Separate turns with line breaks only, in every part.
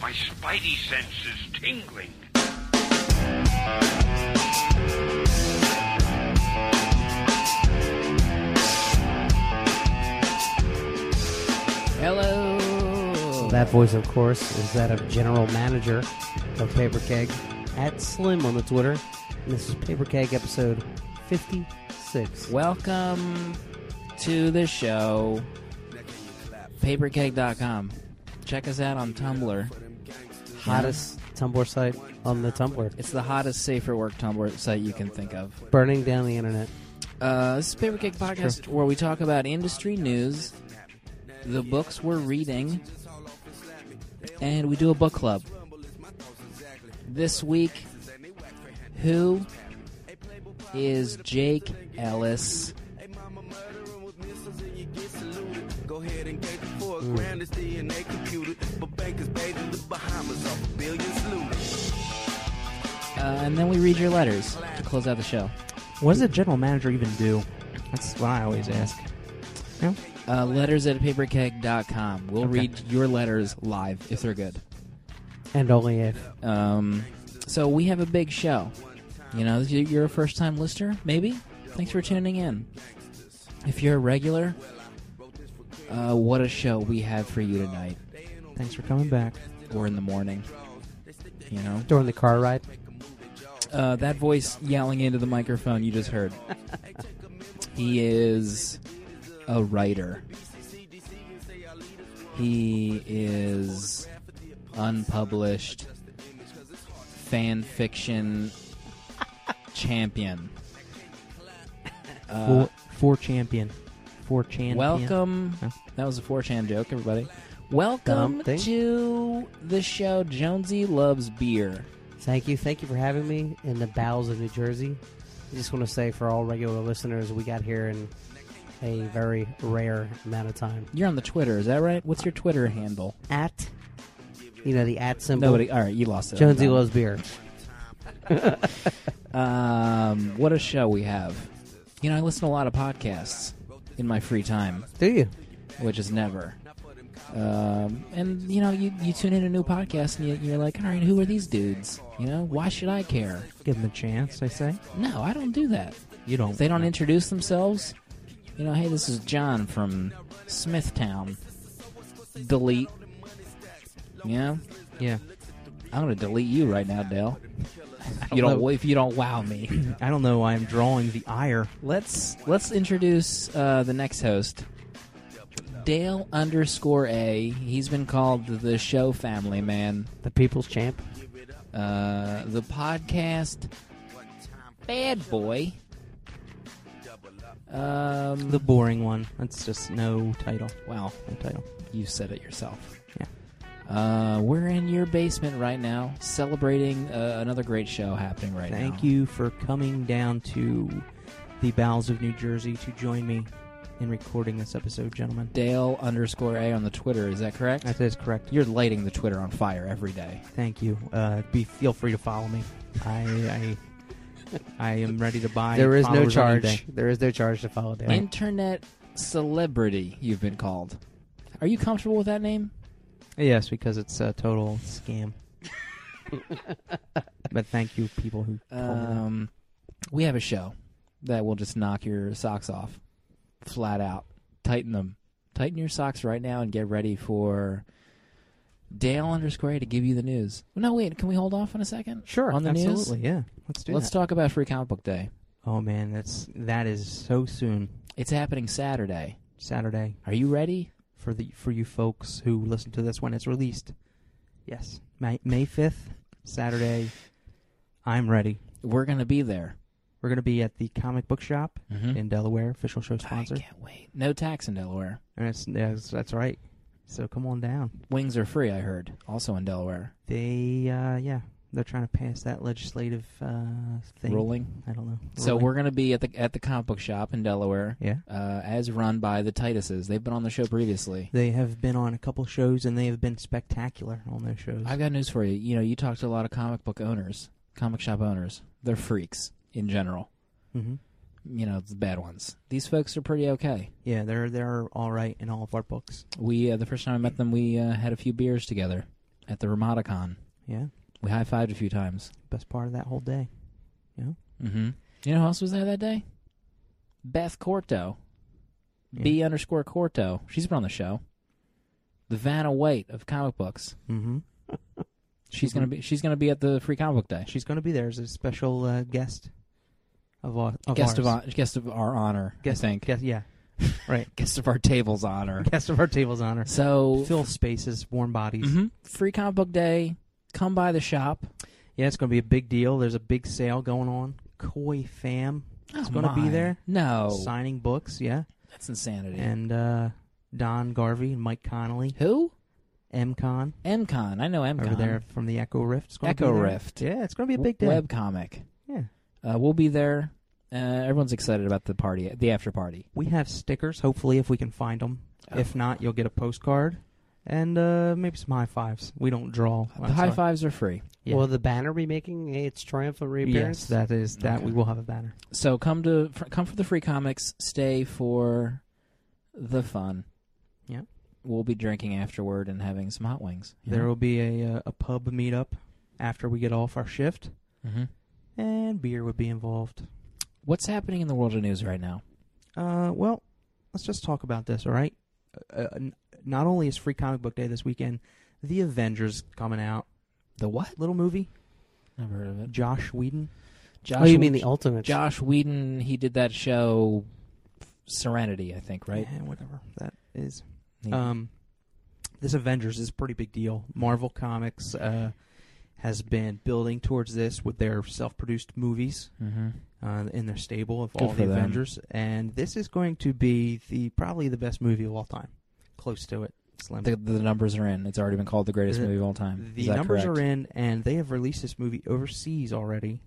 spidey senses tingling.
Hello.
That voice, of course, is that of General Manager of Paper Keg at Slim on the Twitter. And this is Paper Keg episode 56.
Welcome to the show. Papercake.com. Check us out on Tumblr.
Hottest Tumblr site on the Tumblr.
It's the hottest safer work Tumblr site you can think of.
Burning down the internet.
Uh, this is Paper Cake Podcast, where we talk about industry news, the books we're reading, and we do a book club. This week, who is Jake Ellis?
Go ahead and get the four grand, it's DNA computer. But bankers paid in the Bahamas off a billion salute.
Uh, and then we read your letters to close out the show.
What does a general manager even do? That's what I always ask. No?
Uh, letters at paperkeg.com. We'll read your letters live if they're good.
And only if.
Um, so we have a big show. You know, you- you're a first time listener, maybe? Thanks for tuning in. If you're a regular, uh, what a show we have for you tonight
Thanks for coming back.
or in the morning. You know,
During the car ride.
uh, that voice yelling into the microphone you just heard. he is a writer. He is unpublished fan fiction champion. Uh,
four, four champion. Four champion.
Welcome.
Yeah.
That was a 4chan joke, everybody. Welcome
Something.
to the show Jonesy Loves Beer.
Thank you. Thank you for having me in the bowels of New Jersey. I just want to say for all regular listeners, we got here in a very rare amount of time.
You're on the Twitter, is that right? What's your Twitter handle?
At, you know, the at symbol.
Nobody. All right, you lost it.
Jonesy
Um,
loves beer.
Um, what a show we have. You know, I listen to a lot of podcasts in my free time,
Do you?
which is never. Um, and you know, you, you tune in a new podcast and you, you're like, all right, who are these dudes? You know, why should I care?
Give them a chance, I say.
No, I don't do that.
You don't.
If they don't introduce themselves, you know, hey, this is John from Smithtown. Delete. Yeah,
Yeah.
I'm gonna delete you right now, Dale.
don't
You don't
know.
if you don't wow me.
I don't know why I'm drawing the ire.
Let's let's introduce uh, the next host, Dale underscore A. He's been called the show family man,
The people's champ.
uh, the podcast bad boy. Um,
The boring one. That's just no title.
wow,
No title.
you said it yourself.
Yeah.
Uh, we're in your basement right now, celebrating uh, another great show happening right now.
Thank you for coming down to the bowels of New Jersey to join me in recording this episode, gentlemen.
Dale underscore A on the Twitter. Is that correct?
That is correct.
You're lighting the Twitter on fire every day.
Thank you. Uh, be feel free to follow me. I I, I am ready to buy.
there is no
followers on
charge.
eBay.
There is no charge to follow Dale.
Internet celebrity, you've been called. Are you comfortable with that name?
Yes, because it's a total scam. but thank you, people who. told me that.
Um, we have a show that will just knock your socks off, flat out. Tighten them. Tighten your socks right now and get ready for Dale underscore A to give you the news. No, wait. Can we hold off on a second?
Sure,
On the
Absolutely,
news.
yeah. Let's do
Let's
that.
talk about Free Comic Book Day.
oh man, that's that is so soon.
It's happening Saturday.
Saturday
Are you ready?
for the for you folks who listen to this when it's released. Yes, May May fifth, Saturday. I'm ready.
We're gonna be there.
We're gonna be at the comic book shop
Mm-hmm.
in Delaware, official show
I
sponsor.
can't wait. No tax in Delaware.
And it's, that's, that's right. So come on down.
Wings are free. I heard. Also in Delaware.
They, uh, yeah, they're trying to pass that legislative uh, thing.
Rolling.
I don't know.
So
Ruling.
we're gonna be at the at the comic book shop in Delaware,
yeah.
uh, as run by the Tituses. They've been on the show previously.
They have been on a couple shows and they have been spectacular on those shows.
I've got news for you. You know, you talk to a lot of comic book owners, comic shop owners. They're freaks in general.
hmm
You know, the bad ones. These folks are pretty okay.
Yeah, they're they're all right in all of our books.
We uh, the first time I met them, we uh, had a few beers together at the Ramaticon.
Yeah,
We high fived a few times.
best part of that whole day.
Mm-hmm. You know who else was there that day? Beth Corto.
Yeah.
B underscore Corto. She's been on the show. The Vanna White of comic books.
Mm-hmm.
She's gonna be. She's gonna be at the free comic book day.
She's going to be there as a special uh, guest of, our- of
guest of
ours.
hon- guest of our honor.
guest,
I think
guest- yeah, right.
guest of our table's honor.
Guest of our table's honor.
So
Fill spaces, warm bodies.
mhm, free comic book day. Come by the shop.
Yeah, it's going to be a big deal. There's a big sale going on. Koi Fam is
Oh,
going to be
my.
there
No,
signing books. Yeah,
that's insanity.
and uh, Don Garvey and Mike Connolly,
Who?
M Con
MCon. I know MCon.
over there from the Echo Rift. It's gonna
Echo
be there.
Rift.
Yeah, it's going to be a big day.
Web comic.
Yeah.
Uh, we'll be there. Uh, everyone's excited about the party, the after party. Uh,
We have stickers. Hopefully, if we can find them. If not, you'll get a postcard and uh, maybe some high fives. We don't draw.
The
I'm
high
sorry.
fives are free.
Yeah.
Will the banner be making its triumphant reappearance?
Yes, that is that.
Okay.
We will have a banner.
So come to for, come for the free comics. Stay for the fun.
Yeah.
We'll be drinking afterward and having some hot wings.
There will be a uh, a pub meetup after we get off our shift,
hmm
and beer would be involved.
What's happening in the world of news right now?
Uh, well, let's just talk about this, all right? Uh, uh, n- not only is Free Comic Book Day this weekend, The Avengers coming out.
The what?
Little movie,
Never heard of it.
Josh Whedon.
Josh.
oh, you mean the ultimate?
Josh Whedon? He did that show, Serenity, I think, right?
Yeah, whatever that is.
He-
Um, this Avengers is a pretty big deal. Marvel Comics uh, has been building towards this with their self-produced movies.
mhm.
uh, in their stable of
Good
all
for
the
them.
Avengers, and this is going to be the probably the best movie of all time, close to it. Slim.
The, the numbers are in. It's already been called the greatest
The-
movie of all time.
the
Is that
numbers
correct?
are in, and they have released this movie overseas already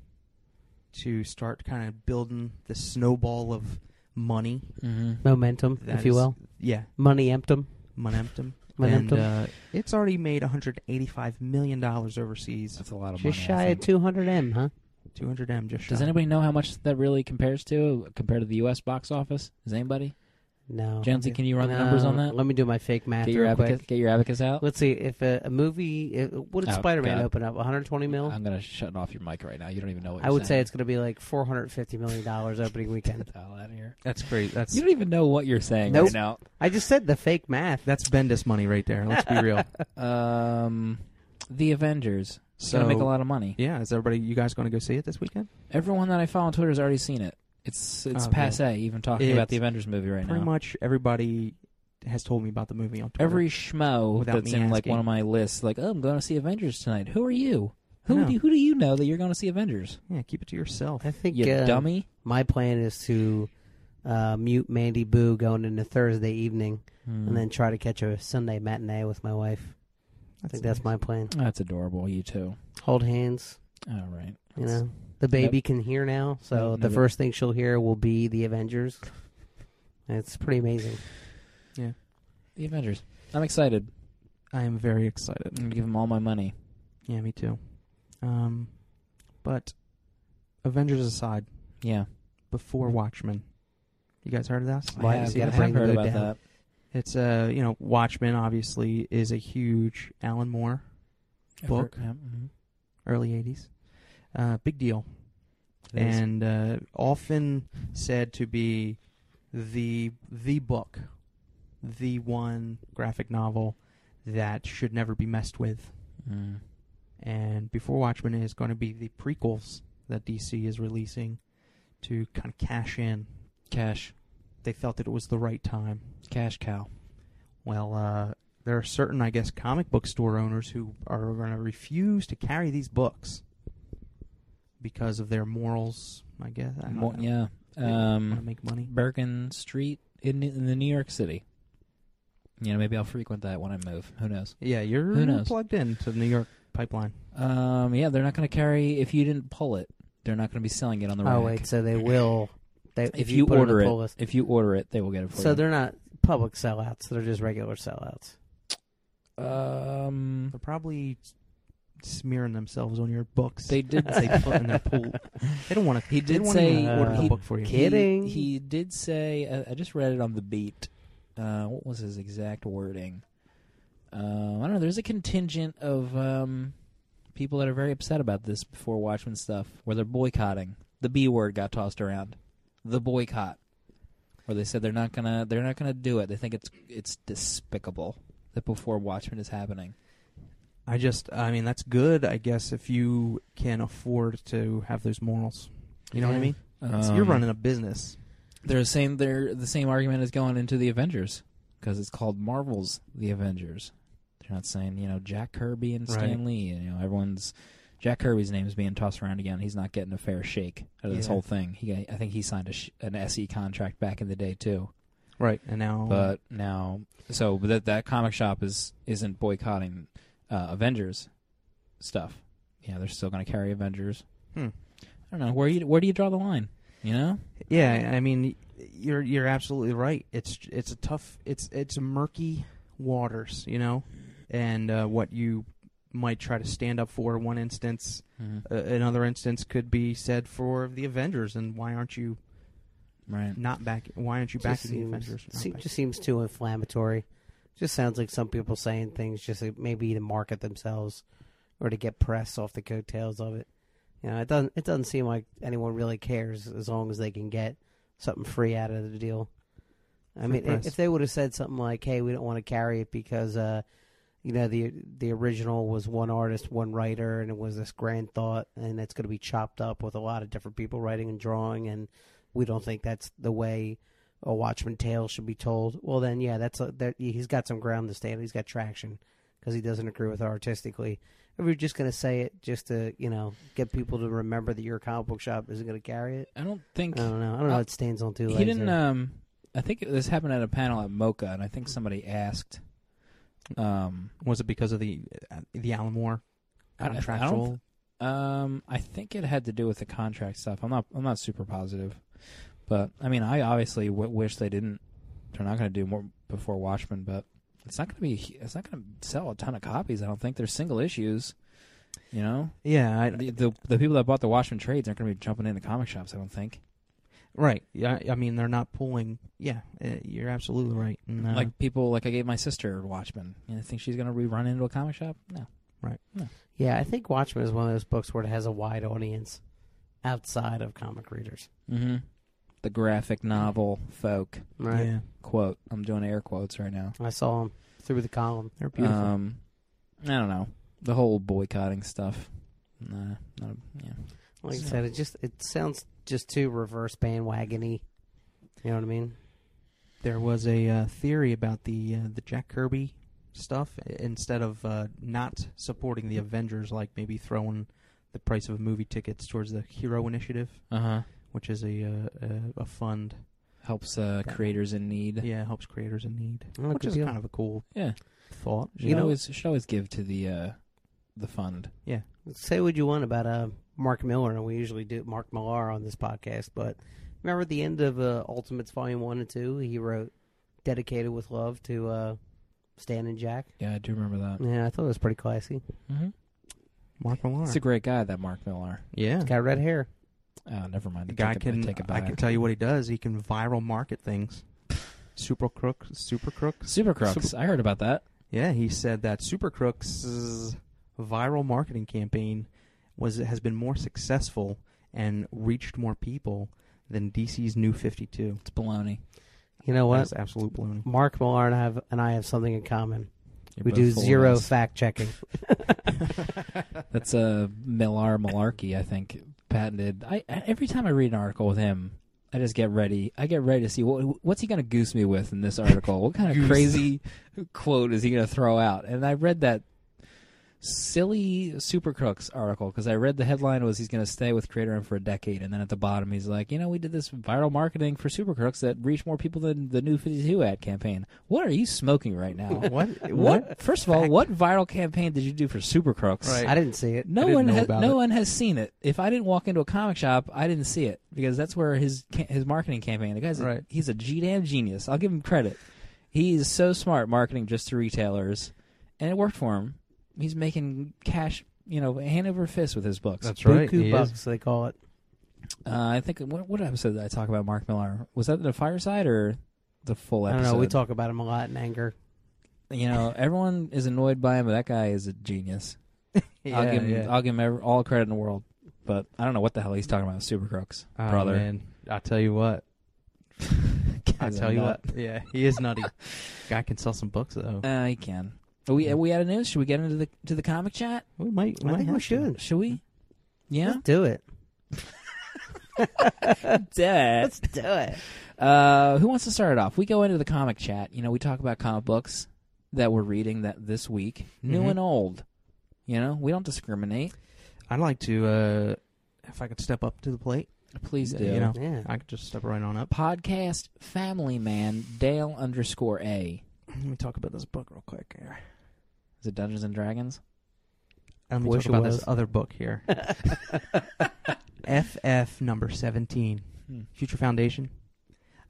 to start kind of building the snowball of money.
Mhm.
Momentum,
that
if you
is-
will.
yeah,
Money emptum.
momentum. and
Momentum.
uh, it's already made 185 million dollars overseas.
That's a lot of
Just
money. I
shy of
think.
200 M, huh?
200 m just.
Does
shy.
anybody know how much that really compares to compared to the U.S. box office? Does anybody?
No.
Jonesy, can you run the numbers on
No.
that?
Let me do my fake math
Get your
real
abacus.
quick.
Get your abacus out.
Let's see if a, a movie. If, what did
Oh,
Spider Man
God.
open up? 120 mil.
I'm gonna shut off your mic right now. You don't even know what
I would say it's going to be like 450 million dollars opening weekend.
out of here.
That's great. That's
You don't even know what you're saying
Nope.
right now.
I just said the fake math.
that's Bendis money right there. Let's be real.
Um, the Avengers. It's
so
gonna make a lot of money.
Yeah, is everybody you guys going to go see it this weekend?
Everyone that I follow on Twitter has already seen it. It's it's
Oh, yeah.
passe even talking about the
It's
Avengers movie right
Pretty
now.
much everybody has told me about the movie on Twitter.
Every schmo
Without
that's
me
in like
asking.
one of my lists, like, oh, I'm going to see Avengers tonight. Who are you?
I
Who
know.
do you, who do you know that you're going to see Avengers?
yeah, keep it to yourself.
I think
You
uh,
dummy.
my plan is to uh, mute Mandy Boo going into Thursday evening and
Mm.
then try to catch a Sunday matinee with my wife. I think that's my plan.
That's adorable. You too.
Hold hands.
All right.
You
That's-
know, the baby can hear now, so
Nope,
the
nope.
first thing she'll hear will be the Avengers. It's pretty amazing.
the Avengers. I'm excited.
I am very excited.
I'm gonna give them all my money.
Yeah, me too. Um, but Avengers aside,
Yeah,
before Watchmen, you guys heard of that?
Why
I
does
have,
he
I
have
have
to
heard
go
about
down?
that.
It's uh, you know, Watchmen obviously is a huge Alan Moore,
I've
Book.
heard- yeah, mhm.
early '80s, uh, big deal,
It is.
and uh, often said to be the the book, the one graphic novel that should never be messed with.
Mm.
and before Watchmen is going to be the prequels that DC is releasing to kind of cash in.
cash,
They felt that it was the right time.
cash cow.
Well, uh, there are certain, I guess, comic book store owners who are going to refuse to carry these books because of their morals. I guess. I don't
Mo-
know.
yeah,
want to
um,
make money.
Bergen Street in, in the New York City. You know, maybe I'll frequent that when I move. Who knows?
Yeah, you're
who knows?
plugged into the New York pipeline.
Um, yeah, they're not going to carry if you didn't pull it. They're not going to be selling it on the
Oh
rack.
wait, so they will. They,
If, you,
put
order
in the
it,
pull list.
if you order it, they will get it for
so
you.
they're not public sellouts; they're just regular sellouts.
um,
They're probably smearing themselves on your books.
they did
they put in their pool. They don't want to.
He
they
did
don't
say-
want to order
uh,
the book for you.
He- Kidding.
He, did say. I, I just read it on the beat. Uh, what was his exact wording? Um, I don't know. There's a contingent of um, people that are very upset about this before Watchmen stuff, where they're boycotting. The B word got tossed around. The boycott, where they said they're not gonna they're not gonna do it. They think it's it's despicable that before Watchmen is happening.
I just, I mean, that's good, I guess, if you can afford to have those morals. You know what I
Yeah.
mean? So you're
Um,
running a business.
They're the same. They're the same argument is going into the Avengers because it's called Marvel's The Avengers. They're not saying you know Jack Kirby and Stan
Right.
Lee. and, You know everyone's Jack Kirby's name is being tossed around again. He's not getting a fair shake out of this
Yeah.
whole thing. He, got- I think he signed a sh- an SE contract back in the day too,
Right. And now.
but now so but that that comic shop is isn't boycotting uh, Avengers stuff. Yeah, they're still going to carry Avengers.
Hmm.
I don't know where you where do you draw the line? You know,
Yeah, I mean, you're you're absolutely right. It's it's a tough, it's it's murky waters, you know, and uh, what you might try to stand up for one instance,
Mm-hmm.
uh, another instance could be said for the Avengers, and why aren't you
right?
not back? Why aren't you back
Just
to the
seems-
Avengers? Not
seem-
back-
just seems too inflammatory. Just sounds like some people saying things just like maybe to market themselves or to get press off the coattails of it. You know, it doesn't it doesn't seem like anyone really cares as long as they can get something free out of the deal. I
Free
mean, i-
press.
if they would have said something like, "Hey, we don't want to carry it because uh, you know the the original was one artist, one writer, and it was this grand thought, and it's going to be chopped up with a lot of different people writing and drawing, and we don't think that's the way a Watchman tale should be told." Well, then, yeah, that's a, that, he's got some ground to stand. He's got traction because he doesn't agree with it artistically. If you're just going to say it just to you know get people to remember that your comic book shop isn't going to carry it,
Uh,
I don't think
I don't know. I don't know.
Uh,
it stands on two legs.
he didn't.
there.
Um, I think it- this happened at a panel at Mocha, and I think somebody asked. Um,
was it because of the uh, the Alan Moore
I- I don't-
contractual?
um, I think it had to do with the contract stuff. I'm not. I'm not super positive, but I mean, I obviously w- wish they didn't. They're not going to do more before Watchmen, but it's not going to be. hu- It's not going to sell a ton of copies. I don't think they're single issues. You know,
Yeah, I,
the, the the people that bought the Watchmen trades aren't going to be jumping into comic shops. I don't think.
right. Yeah, I mean, they're not pulling. Yeah, uh, you're absolutely right. And, uh,
Like people, like I gave my sister Watchmen, and I think she's going to rerun into a comic shop. No.
Yeah, I think Watchmen is one of those books where it has a wide audience outside of comic readers.
Mm-hmm. The graphic novel folk
Right.
yeah,
quote. I'm doing air quotes right now.
I saw him through the column.
they're beautiful.
Um, I don't know the whole boycotting stuff. Nah, not a, yeah.
Like I
So-
said, it just it sounds just too reverse bandwagony. You know what I mean?
there was a uh, theory about the uh, the Jack Kirby stuff i- instead of uh, not supporting the Avengers, like maybe throwing the price of movie tickets towards the Hero Initiative,
Uh huh.
which is a uh, a, a fund.
Helps uh, creators in need. Yeah.
Yeah, helps creators in need,
Oh,
which
good
is
deal.
kind of a cool thought.
Should
You know-
always should always give to the uh, the fund.
Say what you want about uh, Mark Miller, and we usually do Mark Millar on this podcast, but remember at the end of uh, Ultimates Volume 1 and 2, he wrote Dedicated with Love to uh, Stan and Jack?
Yeah, I do remember that.
Yeah, I thought it was pretty classy.
Mm-hmm.
Mark Millar.
It's a great guy, that Mark Millar.
yeah,
Got red hair.
Oh, never mind.
the
I
guy
take it- I
can.
take it
I
back.
can tell you what he does. He can viral market things. Super crook, super crooks.
Super Crooks. I heard about that.
Yeah, he said that Supercrooks' viral marketing campaign was has been more successful and reached more people than DC's New Fifty Two.
It's baloney.
You know what?
That's absolute baloney.
Mark Millar and I have, and I have something in common.
You're
we
both
do
full of
zero
us.
fact checking.
That's a Millar Malarkey, I think, patented. I I- every time I read an article with him, I just get ready. I get ready to see what what's he going to goose me with in this article. what kind of
Goose.
crazy quote is he going to throw out? And I read that silly Supercrooks article because I read the headline was he's going to stay with Creator for a decade, and then at the bottom he's like, you know, we did this viral marketing for Supercrooks that reached more people than the new Fifty Two ad campaign. What are you smoking right now?
What?
What? First of all, what viral campaign did you do for Supercrooks?
Right.
I didn't see it.
No
didn't
one
know
has
about
no
it.
one has seen it. If I didn't walk into a comic shop, I didn't see it because that's where his ca- his marketing campaign. The guy's a-
Right.
he's a G damn genius. I'll give him credit. He's so smart marketing just to retailers, and it worked for him. He's making cash, you know, hand over fist with his books.
That's right.
Buku
he
bucks,
is.
they call it.
Uh, I think what, what episode did I talk about Mark Millar? Was that the Fireside or the full
I
episode?
don't know. We talk about him a lot in anger.
you know, everyone is annoyed by him, but that guy is a genius. I'll give him, I'll give him every, all credit in the world. But I don't know what the hell he's talking about. Super crooks,
Oh,
brother.
man. I'll tell you what. I'll
Guy's a
tell you
nut.
what. Yeah, he is nutty. Guy can sell some books though.
Uh, he can. Are we are we out of news? Should we get into the to the comic chat?
We might.
I think we should.
Should we? Yeah.
Let's do it.
Dead.
Let's do it.
Uh, who wants to start it off? We go into the comic chat. You know, we talk about comic books that we're reading that this week, new
Mhm.
and old. You know, we don't discriminate.
I'd like to, uh, if I could step up to the plate.
Please do.
You know,
Yeah.
I could just step right on up.
Podcast Family Man Dale underscore A.
Let me talk about this book real quick here.
Is it Dungeons and Dragons?
And let me
Wish
talk about
it
this
was.
other book here. FF number 17,
Hmm.
Future Foundation.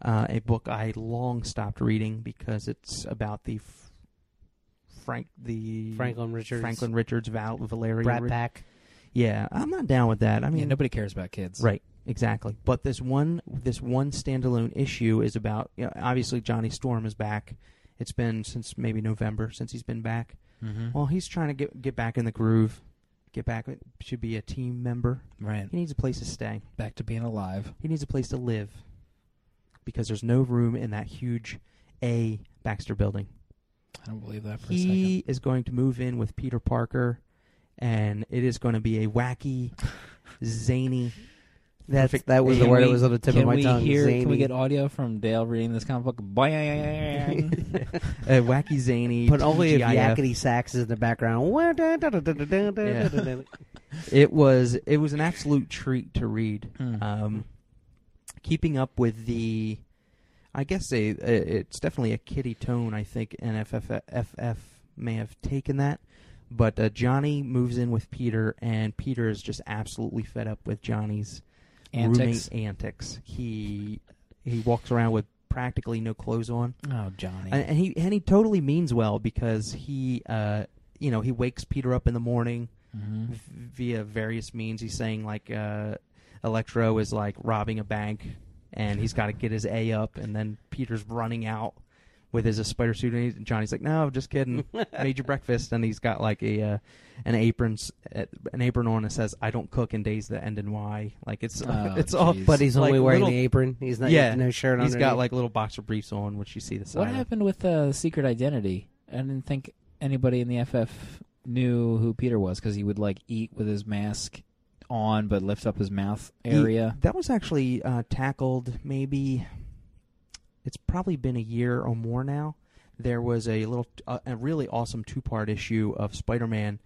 Uh, a book I long stopped reading because it's about the f- Frank the
Franklin Richards.
Franklin Richards Val Valeria
Brat
Ri-
Pack.
Yeah, I'm not down with that. I mean,
yeah, nobody cares about kids.
Right. Exactly. But this one this one standalone issue is about you know, obviously Johnny Storm is back. It's been since maybe November since he's been back.
Mm-hmm.
Well, he's trying to get get back in the groove. Get back should be a team member.
right.
He needs a place to stay.
Back to being alive.
He needs a place to live because there's no room in that huge A Baxter building.
I don't believe that for
He is going to move in with Peter Parker and it is going to be a wacky zany
That's,
Perfect.
that was the
Can
word that
we-
was on the
a second.
tip
Can
of my
we
tongue.
hear? Can we
Zany.
get audio from Dale reading this comic book? Boing.
a wacky zany
But only if
TGIF.
yakety sax is in the background.
It was it was an absolute treat to read.
Hmm.
Um, keeping up with the, I guess a, a- it's definitely a kitty tone. I think NFF FF may have taken that, but uh, Johnny moves in with Peter, and Peter is just absolutely fed up with Johnny's
Antics.
roommate antics. He he walks around with practically no clothes on.
Oh, Johnny.
And, and he and he totally means well because he uh you know he wakes Peter up in the morning
Mhm.
v- via various means. He's saying like uh Electro is like robbing a bank and he's got to get his A up, and then Peter's running out with his uh, spider suit, and he's, Johnny's like, "No, I'm just kidding. Made your breakfast," and he's got like a uh, an apron s- uh, an apron on that says "I don't cook in days that end in Y." Like it's
Oh,
it's all,
jeez.
But he's only
like,
wearing
little-
the apron. He's not.
yeah,
No shirt on.
He's got like little boxer briefs on, which you see the side.
What
of.
happened with uh, Secret Identity? I didn't think anybody in the FF knew who Peter was because he would like eat with his mask on, but lift up his mouth
He-
area.
that was actually uh, tackled maybe it's probably been a year or more now. There was a little, uh, a really awesome two-part issue of Spider-Man,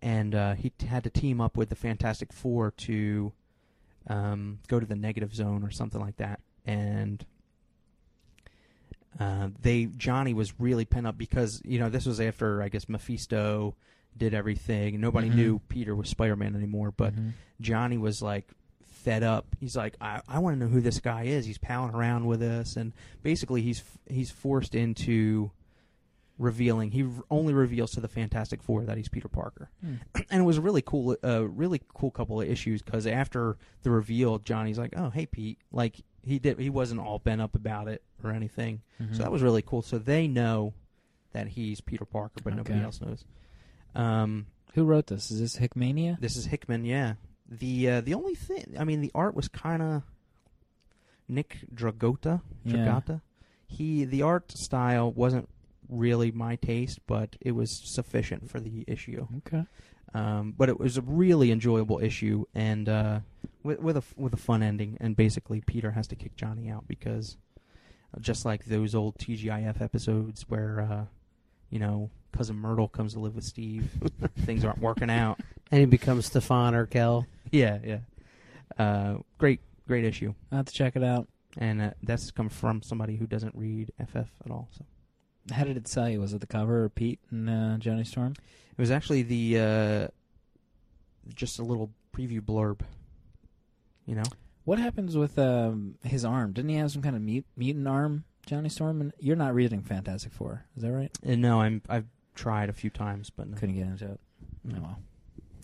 and uh, he t- had to team up with the Fantastic Four to um, go to the Negative Zone or something like that. And uh, they Johnny was really pent up because you know this was after I guess Mephisto did everything. Nobody
Mhm.
knew Peter was Spider-Man anymore, but
Mhm.
Johnny was like fed up. He's like, I, I want to know who this guy is. He's palling around with us, and basically he's he's forced into revealing. He only reveals to the Fantastic Four that he's Peter Parker,
Hmm.
and it was a really cool, uh, really cool couple of issues because after the reveal, Johnny's like, oh hey Pete, like he did he wasn't all bent up about it or anything.
Mhm.
So that was really cool. So they know that he's Peter Parker, but nobody
Okay.
else knows. Um,
who wrote this? Is this Hickmania?
this is Hickman, yeah. The uh, the only thing, I mean, the art was kind of Nick Dragota.
Yeah.
Dragata. He the art style wasn't really my taste, but it was sufficient for the issue.
Okay.
Um, but it was a really enjoyable issue, and uh, with with a with a fun ending. And basically, Peter has to kick Johnny out because uh, just like those old TGIF episodes where uh, you know cousin Myrtle comes to live with Steve, things aren't working out.
and he becomes Stefan Urkel.
Yeah, yeah. Uh, great, great issue,
I'll have to check it out.
and uh, that's come from somebody who doesn't read FF at all. So
How did it sell you? Was it the cover or Pete and uh, Johnny Storm?
it was actually the uh, just a little preview blurb. You know,
What happens with um, his arm? Didn't he have some kind of mut- mutant arm, Johnny Storm? And you're not reading Fantastic Four, is that right?
and Uh, no, I'm I've tried a few times, but no.
Couldn't get into it. Oh well,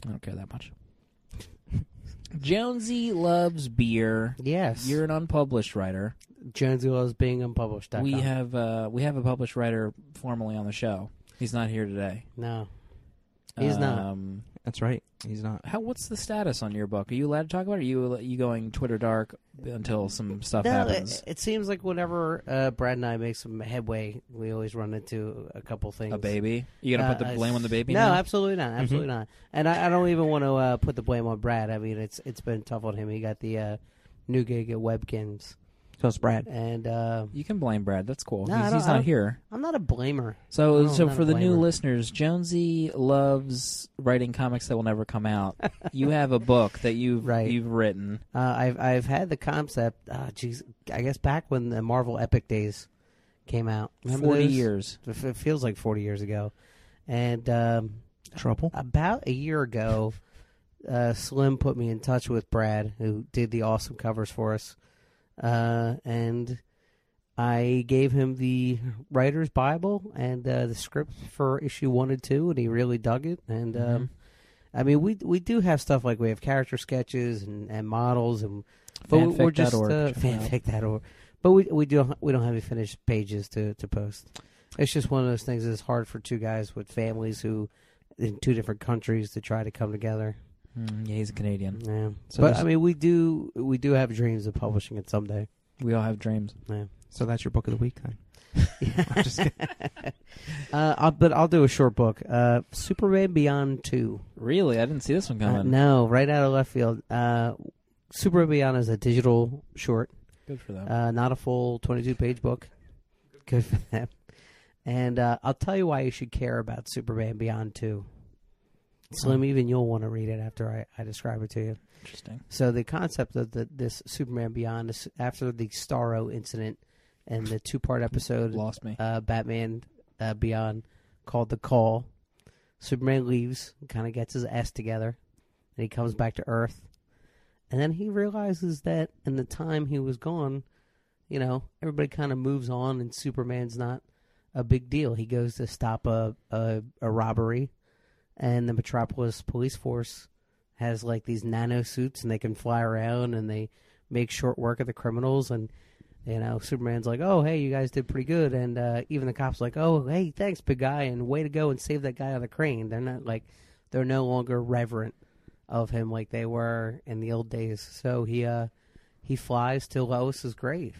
I don't care that much. Jonesy loves beer.
Yes.
You're an unpublished writer.
Jonesy loves being unpublished.
We have uh, we have a published writer formally on the show. He's not here today.
no. He's not.
Um,
That's right. He's not.
How? What's the status on your book? Are you allowed to talk about? it? Are you are you going Twitter dark until some stuff
No,
happens?
it, it seems like whenever uh, Brad and I make some headway, we always run into a couple things.
a baby? You gonna put
Uh,
the blame on the baby?
No,
now? Mm-hmm.
absolutely not. Absolutely not. And I, I don't even want to uh, put the blame on Brad. I mean, it's it's been tough on him. He got the uh, new gig at Webkins,
Because Brad.
and uh,
you can blame Brad. That's cool.
No, I
he's
don't-
he's
I
not
don't-
here.
I'm not a blamer.
So,
No,
so
not
for
a
the new
blamer.
listeners, Jonesy loves writing comics that will never come out. you have a book that you've
Right.
you've written.
Uh, I've I've had the concept. Uh, geez, I guess back when the Marvel Epic Days came out, Remember
Forty
those?
years.
It f- It feels like 40 years ago, and um,
Trouble.
about a year ago, uh, Slim put me in touch with Brad, who did the awesome covers for us, uh, and I gave him the writer's Bible and uh, the script for issue one and two, and he really dug it. And um, I mean, we we do have stuff like we have character sketches and, and models, and but we- we're just
Fanfic.org,
uh,
check it out.
fanfic that or. But we we do we don't have any finished pages to, to post. It's just one of those things that's hard for two guys with families who in two different countries to try to come together.
Mm, yeah, he's a Canadian.
Yeah.
So
but
there's-
I mean, we do we do have dreams of publishing it someday.
We all have dreams.
Yeah.
So that's your book of the week then. I'm just kidding.
Uh, I'll, but I'll do a short book. Uh, Superman Beyond Two.
Really, I didn't see this one
Uh,
coming.
no, right out of left field. Uh, Superman Beyond is a digital short.
Good for them.
Uh, not a full 22 page book. Good for them. And uh, I'll tell you why you should care about Superman Beyond 2. Slim, even you'll want to read it after I, I describe it to you.
Interesting.
So, the concept of the, this Superman Beyond is after the Starro incident and the two part episode
Lost me.
uh, Batman uh, Beyond called The Call. Superman leaves, kind of gets his ass together, and he comes back to Earth. And then he realizes that in the time he was gone, you know, everybody kind of moves on, and Superman's not a big deal. He goes to stop a, a, a robbery, and the Metropolis police force has like these nano suits, and they can fly around, and they make short work of the criminals. And you know, Superman's like, "Oh, hey, you guys did pretty good," and uh, even the cops like, "Oh, hey, thanks, big guy, and way to go and save that guy on the crane." They're not like, they're no longer reverent of him like they were in the old days. So he uh, he flies to Lois's grave,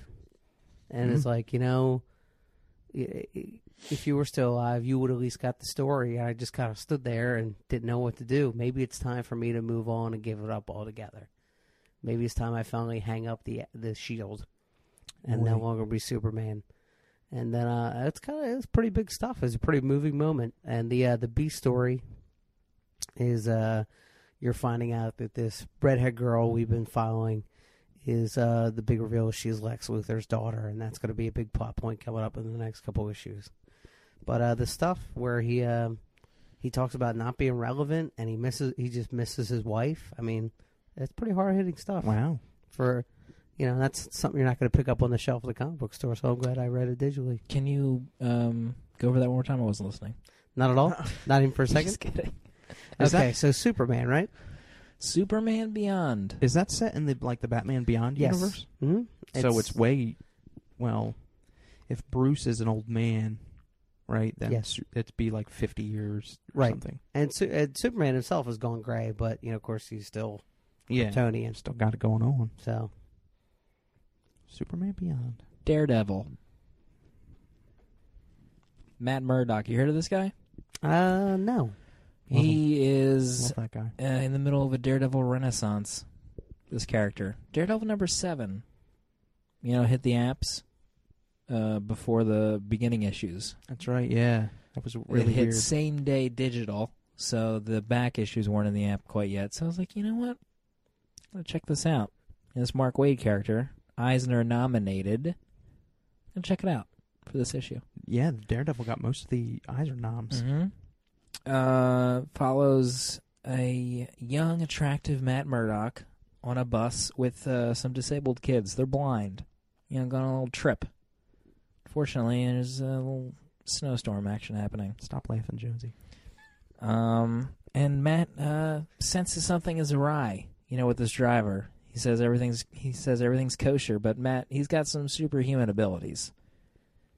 and it's like, you know, i- i- if you were still alive, you would at least got the story. And I just kind of stood there and didn't know what to do. Maybe it's time for me to move on and give it up altogether. Maybe it's time I finally hang up the the shield and no
Right.
longer be Superman. And then uh, it's kind of it's pretty big stuff. It's a pretty moving moment. And the uh, the B story is uh, you're finding out that this redhead girl we've been following is uh, the big reveal. is She's Lex Luthor's daughter, and that's going to be a big plot point coming up in the next couple issues. But uh, the stuff where he um he talks about not being relevant and he misses he just misses his wife. I mean, it's pretty hard hitting stuff
Wow.
for you know that's something you're not going to pick up on the shelf of the comic book store. So I'm glad I read it digitally.
Can you um, go over that one more time? I wasn't listening.
Not at all. Not even for a second.
Just kidding.
Is
Okay,
that-
so Superman, right?
Superman Beyond.
Is that set in the like the Batman Beyond
Yes.
universe?
hmm
so it's way well if Bruce is an old man, right, then
Yes.
su- it'd be like fifty years or
Right.
something.
and, Su- and Superman himself has gone gray, but you know, of course, he's still
Yeah.
Tony, and
Still got it going on.
so
Superman Beyond.
Daredevil. Matt Murdock. You heard of this guy?
uh, no,
Mm-hmm.
He is
Love that guy.
uh, in the middle of a Daredevil renaissance. This character, Daredevil number seven, you know, hit the apps uh, before the beginning issues.
That's right, yeah. That was really
it hit
weird.
same day digital, so the back issues weren't in the app quite yet. So I was like, you know what? I'm gonna check this out. And this Mark Wade character, Eisner nominated, and check it out for this issue.
Yeah, Daredevil got most of the Eisner
Mm-hmm.
noms.
Uh, follows a young, attractive Matt Murdock on a bus with uh, some disabled kids. They're blind. You know, going on a little trip. Fortunately, there's a little snowstorm action happening.
Stop laughing, Jonesy.
Um, and Matt uh, senses something is awry. you know, with this driver, he says everything's he says everything's kosher, but Matt, he's got some superhuman abilities.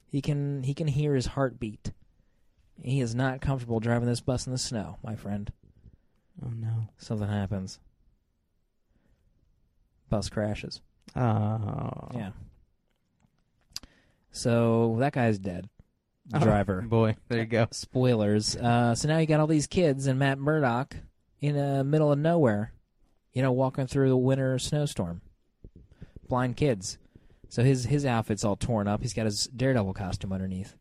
He can he can hear his heartbeat. He is not comfortable driving this bus in the snow, my friend.
Oh no.
Something happens. Bus crashes.
Oh.
Yeah. So that guy's dead.
Oh,
Driver.
boy, there you go.
Spoilers. Uh, so now you got all these kids and Matt Murdock in the middle of nowhere, you know, walking through the winter snowstorm. Blind kids. So his his outfit's all torn up. He's got his daredevil costume underneath.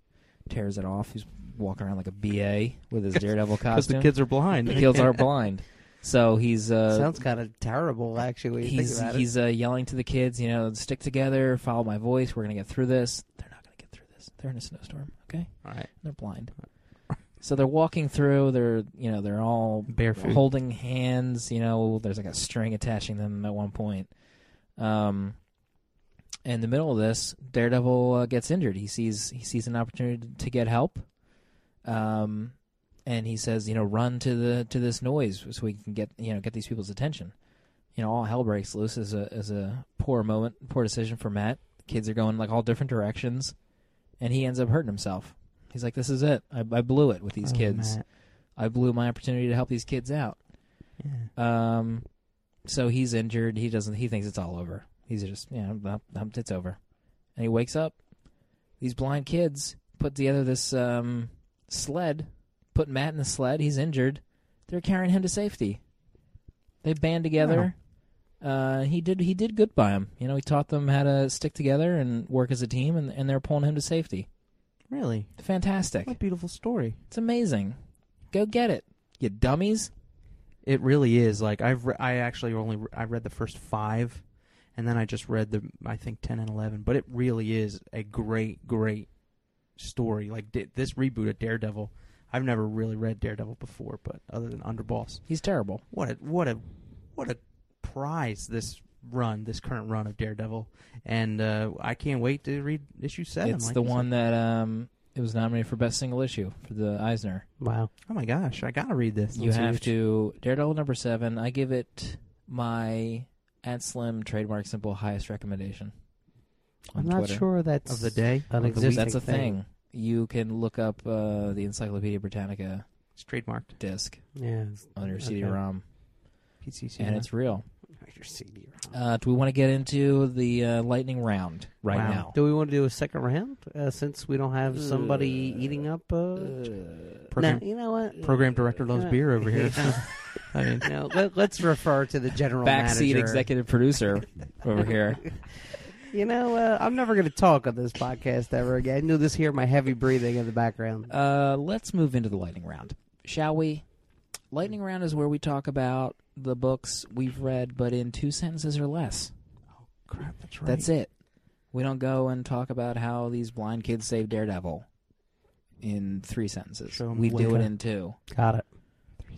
Tears it off. He's walking around like a BA with his daredevil
Because
costume.
the kids are blind.
The kids are blind. So he's uh,
Sounds kind of terrible, actually. When you
he's
think about
he's uh, yelling to the kids, you know, stick together, follow my voice. We're gonna get through this. They're not gonna get through this. They're in a snowstorm. Okay,
All right.
they're blind. So they're walking through. They're you know they're all
Barefoot.
holding hands. You know, there's like a string attaching them at one point. Um, in the middle of this, Daredevil uh, gets injured. He sees he sees an opportunity to get help. Um, and he says, you know, run to the to this noise so we can get you know get these people's attention. You know, all hell breaks loose is a is a poor moment, poor decision for Matt. Kids are going like all different directions, and he ends up hurting himself. He's like, this is it. I, I blew it with these
Oh,
kids.
Matt.
I blew my opportunity to help these kids out.
Yeah.
Um, so he's injured. He doesn't. He thinks it's all over. He's just yeah, I'm, I'm, I'm- um, it's over. And he wakes up. These blind kids put together this um, sled. Put Matt in the sled. He's injured. They're carrying him to safety. They band together. Uh, he did. He did good by him. You know, he taught them how to stick together and work as a team, and, and they're pulling him to safety.
Really?
Fantastic!
What a beautiful story.
It's amazing. Go get it, you dummies.
It really is. Like I've re- I actually only re- I read the first 5 and then I just read the I think 10 and 11, but it really is a great great story. Like di- this reboot of Daredevil. I've never really read Daredevil before, but other than Underboss.
He's terrible.
What a what a what a prize this run, this current run of Daredevil. And uh, I can't wait to read issue 7.
it's
like
the
you said.
one that um it was nominated for best single issue for the Eisner.
it. Wow.
Oh my gosh, I got to read this.
you have to Daredevil number seven. I give it my at Slim trademark simple highest recommendation. on
I'm not
Twitter.
sure that's
of the day.
An
of the week.
existing
That's a thing. You can look up uh, the Encyclopedia Britannica
It's trademarked.
disc
Yeah.
on your
Okay.
CD-ROM,
PCC.
and it's real.
Your CD.
Uh, do we want to get into the uh, lightning round right
Wow.
now?
Do we want to do a second round uh, since we don't have somebody eating up? Uh, no,
program,
you know what?
program director loves beer over here. I mean,
Uh, no, let, us refer to the general
Backseat
manager.
executive producer over here.
You know, uh, I'm never going to talk on this podcast ever again. You'll just hear my heavy breathing in the background.
Uh, let's move into the lightning round, shall we? Lightning round is where we talk about the books we've read, but in two sentences or less.
crap, that's right.
That's it. We don't go and talk about how these blind kids saved Daredevil in three sentences.
Show 'em
We
the
do
way.
it in two.
Got it.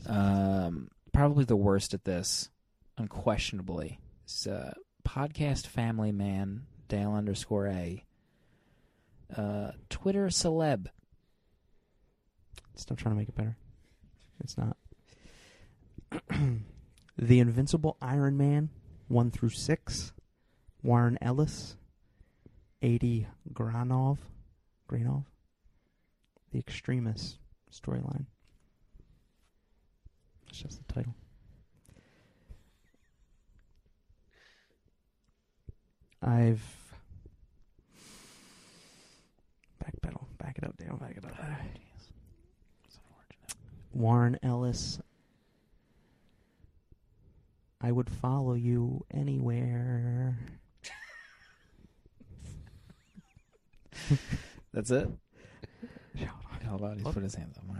Um, probably the worst at this, unquestionably, is uh, podcast family man Dale underscore a. Uh, Twitter celeb.
Stop trying to make it better. It's not. the Invincible Iron Man, 1 through 6. Warren Ellis. 80 Granov. Granov. The Extremist storyline. It's just the title. I've. Backpedal. Back it up, Dale. Back it up. Warren Ellis. I would follow you anywhere.
That's it.
Hold
Hold on, he's
What?
put his hands up. All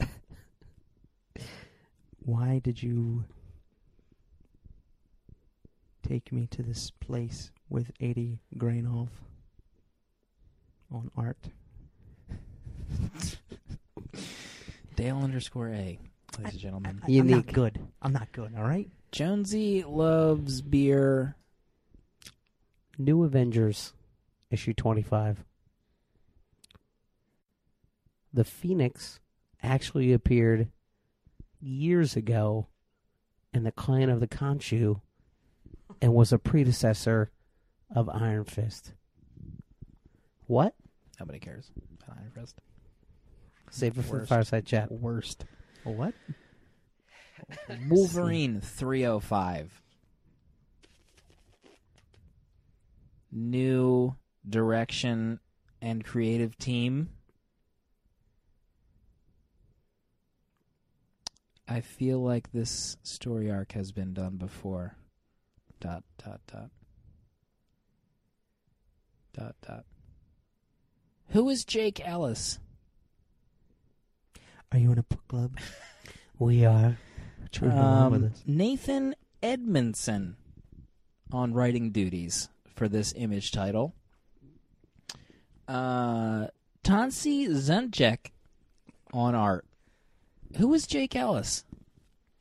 right.
Why did you take me to this place with 80 Grainov on art?
Dale underscore A, ladies and gentlemen.
I'm not
Unique.
good. I'm not good, all right?
Jonesy loves beer.
New Avengers, issue 25. The Phoenix actually appeared years ago and the clan of the Khonshu and was a predecessor of Iron Fist. What?
Nobody cares. about Iron Fist.
Save it for the
Worst.
fireside chat.
Worst. What?
Wolverine 305. New direction and creative team. I feel like this story arc has been done before. Dot, dot, dot. Dot, dot. Who is Jake Ellis?
Are you in a book club?
We are.
Trying
Um, Nathan Edmondson on writing duties for this image title. Uh, Tansi Zunchek on art. Who is Jake Ellis?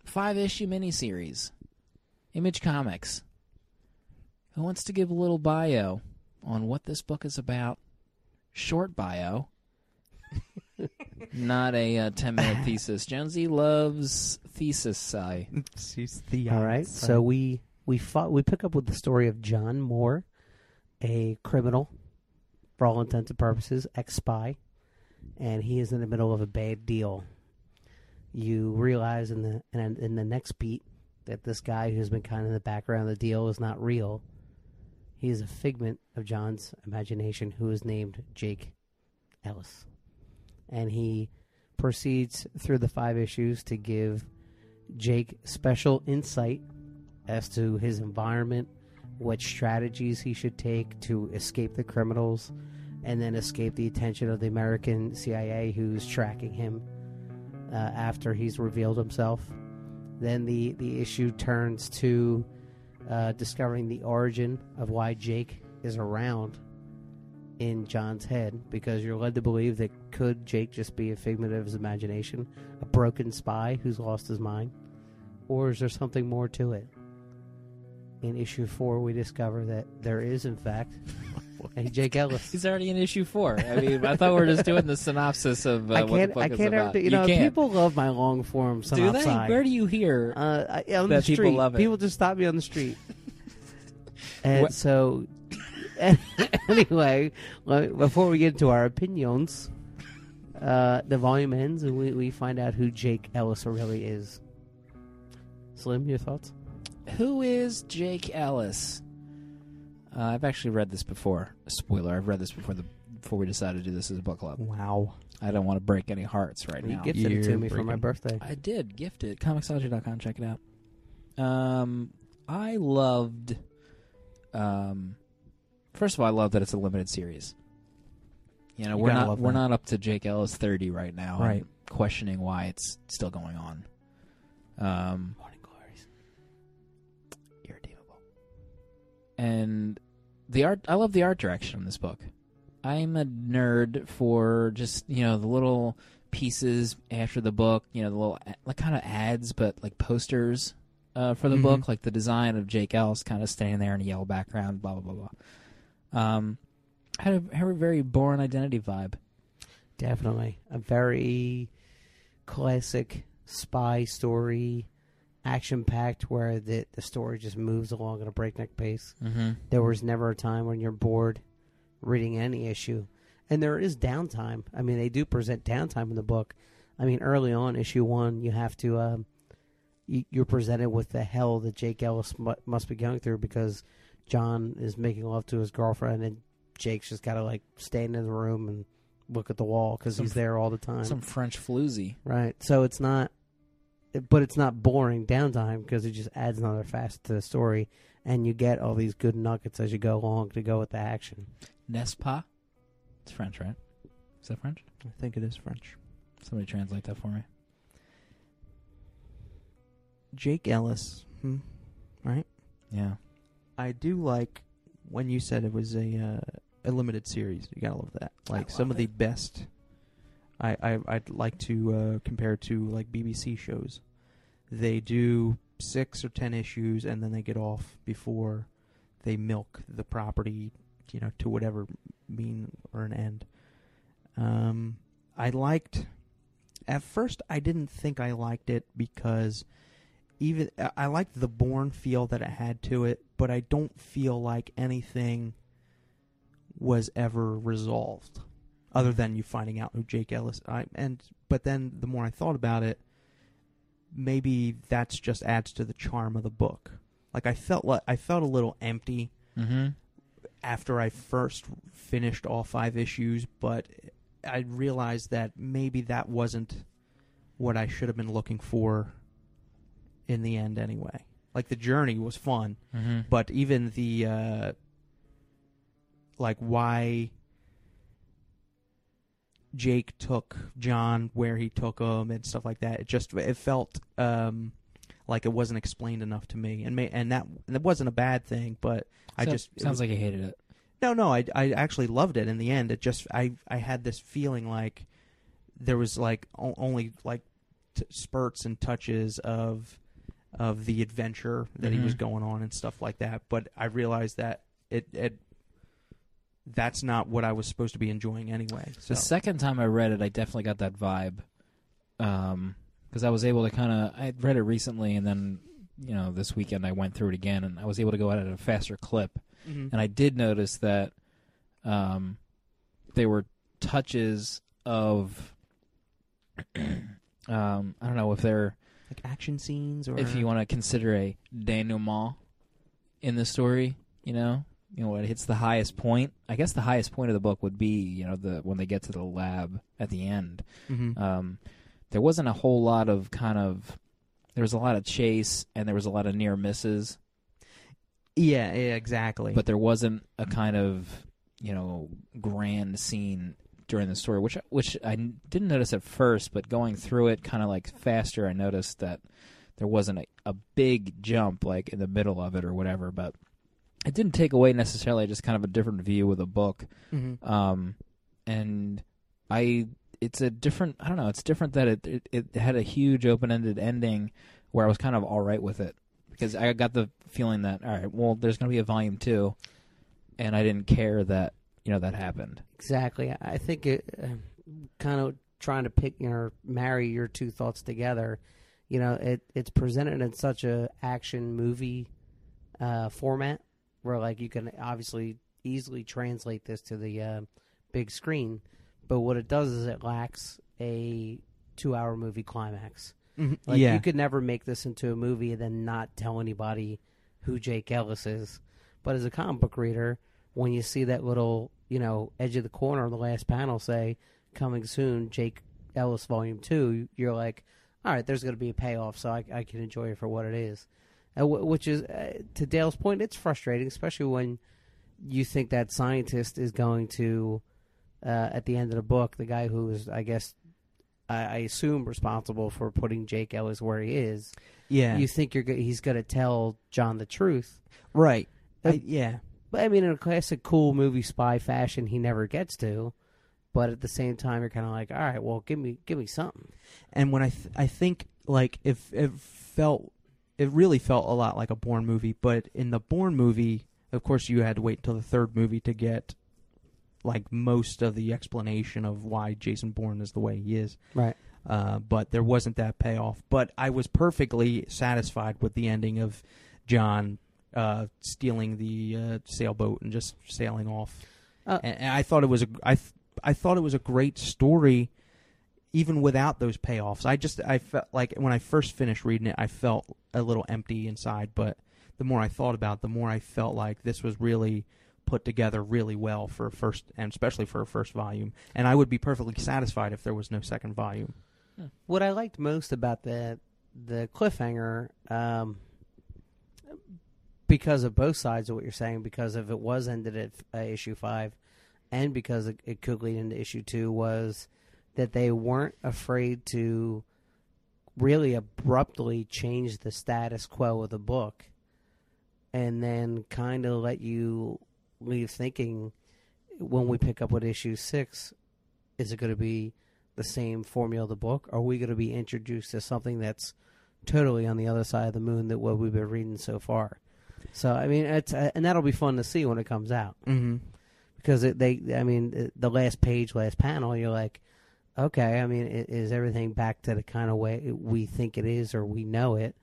Five issue miniseries. Image Comics. Who wants to give a little bio on what this book is about? Short bio. Not a uh, 10 minute thesis. Jonesy loves thesis. I.
She's the
All right. So we we fought, we pick up with the story of John Moore, a criminal, for all intents and purposes, ex spy, and he is in the middle of a bad deal. You realize in the and in the next beat that this guy who's been kind of in the background of the deal is not real. He is a figment of John's imagination, who is named Jake Ellis, and he proceeds through the five issues to give Jake special insight as to his environment, what strategies he should take to escape the criminals, and then escape the attention of the American CIA who's tracking him uh, after he's revealed himself. Then the, the issue turns to uh, discovering the origin of why Jake is around in John's head because you're led to believe that could Jake just be a figment of his imagination, a broken spy who's lost his mind, or is there something more to it? In issue four, we discover that there is, in fact, a Jake Ellis.
He's already in issue four. I mean, I thought we were just doing the synopsis of uh,
I
what the
can't.
book
I
is
can't ever.
about.
do- You know,
can't.
people love my long form.
do they?
synopsis.
Where do you hear?
uh, I- on
That
the street.
people love it.
just stop me on the street. and
What-
so, anyway, well, before we get into our opinions, uh, the volume ends and we, we find out who Jake Ellis really is. Slim, your thoughts?
Who is Jake Ellis? Uh, I've actually read this before. Spoiler: I've read this before the before we decided to do this as a book club.
Wow.
I don't want to break any hearts right
You
now.
gifted it to
You're
me for my
breaking-
birthday.
I did gift it. Comixology.com. Check it out. Um, I loved. Um, first of all, I love that it's a limited series. You know,
You
we're
gotta
not
love
we're
that.
not up to Jake Ellis thirty right now. I'm
Right.
questioning why it's still going on. Um,
Morning glories.
irredeemable. And the art, I love the art direction in this book. I'm a nerd for just you know the little pieces after the book, you know the little a- like kind of ads, but like posters uh, for the
Mhm.
book, like the design of Jake Ellis kind of standing there in a yellow background, blah blah blah blah. Um, had a, had a very born identity vibe.
Definitely. A very classic spy story, action packed, where the, the story just moves along at a breakneck pace.
Mm-hmm.
There was never a time when you're bored reading any issue. And there is downtime. I mean, they do present downtime in the book. I mean, early on, issue one, you have to, um, you- you're presented with the hell that Jake Ellis mu- must be going through because John is making love to his girlfriend and Jake's just got to, like, stand in the room and look at the wall because
Some
he's
f-
there all the time.
Some French floozy.
Right. So it's not, but it's not boring downtime because it just adds another facet to the story, and you get all these good nuggets as you go along to go with the action.
N'est-ce pas? It's French, right? Is that French?
I think it is French.
Somebody translate that for me.
Jake Ellis. Hmm.
Yeah.
I do like when you said it was a uh, a limited series. You gotta love that.
I
Like some
love
of the best. I, I I'd like to uh, compare to like BBC shows. They do six or ten issues and then they get off before they milk the property, you know, to whatever mean or an end. Um, I liked. At first, I didn't think I liked it because even I- I like the born feel that it had to it, but I don't feel like anything was ever resolved, other than you finding out who Jake Ellis. I and but then the more I thought about it, maybe that's just adds to the charm of the book. Like I felt like I felt a little empty
Mm-hmm.
after I first finished all five issues, but I realized that maybe that wasn't what I should have been looking for in the end anyway. Like the journey was fun,
Mm-hmm.
but even the uh like why Jake took John where he took him and stuff like that. It just it felt um like it wasn't explained enough to me, and may, and that that wasn't a bad thing, but I just it was-
sounds like you hated it.
no, no, I, I actually loved it in the end. It just I I had this feeling like there was like o- only like t- spurts and touches of of the adventure that he was
Mhm.
going on and stuff like that. But I realized that it it that's not what I was supposed to be enjoying anyway. So
The second time I read it, I definitely got that vibe, because I was able to kind of. I had read it recently, and then you know this weekend I went through it again, and I was able to go at it at a faster clip.
Mhm.
and I did notice that um, they were touches of um, I don't know if they're
like action scenes or
if you want to consider a denouement in the story, you know, you know, when it hits the highest point. I guess the highest point of the book would be you know the when they get to the lab at the end.
Mhm.
Um, there wasn't a whole lot of kind of there was a lot of chase and there was a lot of near misses
yeah, yeah, exactly.
but there wasn't a kind of you know grand scene during the story which which I n- didn't notice at first but going through it kind of like faster I noticed that there wasn't a, a big jump like in the middle of it or whatever but it didn't take away necessarily just kind of a different view of the book
Mhm.
um and I it's a different I don't know it's different that it it, it had a huge open-ended ending where I was kind of all right with it because I got the feeling that all right, well, there's going to be a volume two, and I didn't care that you know that happened.
Exactly. I think it uh, kind of trying to pick or marry your two thoughts together. You know, it it's presented in such a action movie uh, format where like you can obviously easily translate this to the uh, big screen, but what it does is it lacks a two hour movie climax.
Mhm.
Like
yeah,
uh, you could never make this into a movie and then not tell anybody who Jake Ellis is. But as a comic book reader, when you see that little, you know, edge of the corner on the last panel say, coming soon, Jake Ellis Volume 2, you're like, all right, there's going to be a payoff, so I, I can enjoy it for what it is. Uh, wh- which is, uh, to Dale's point, it's frustrating, especially when you think that scientist is going to, uh, at the end of the book, the guy who is, I guess, I, I assume responsible for putting Jake Ellis where he is.
yeah,
You think you're go- he's going to tell John the truth,
right.
Uh,
I- yeah,
but I mean, in a classic cool movie spy fashion, he never gets to. But at the same time, you're kind of like, all right, well, give me give me something.
and when I th- I think like if it felt it really felt a lot like a Bourne movie, but in the Bourne movie, of course, you had to wait until the third movie to get like most of the explanation of why Jason Bourne is the way he is.
Right.
Uh, but there wasn't that payoff. But I was perfectly satisfied with the ending of John uh, stealing the uh, sailboat and just sailing off.
Uh,
and, and I thought it was a I th- I thought it was a great story, even without those payoffs. I just I felt like when I first finished reading it, I felt a little empty inside. But the more I thought about, it, the more I felt like this was really put together really well for a first and especially for a first volume. And I would be perfectly satisfied if there was no second volume.
What I liked most about the the cliffhanger, um, because of both sides of what you're saying, because if it was ended at uh, issue five, and because it, it could lead into issue two, was that they weren't afraid to really abruptly change the status quo of the book, and then kind of let you leave thinking when we pick up with issue six, is it going to be the same formula of the book? Are we going to be introduced to something that's totally on the other side of the moon than what we've been reading so far? So I mean, it's uh, and that'll be fun to see when it comes out
Mm-hmm.
because it, they, I mean, the- the last page, last panel, you're like, okay, I mean, i- is everything back to the kind of way we think it is or we know it,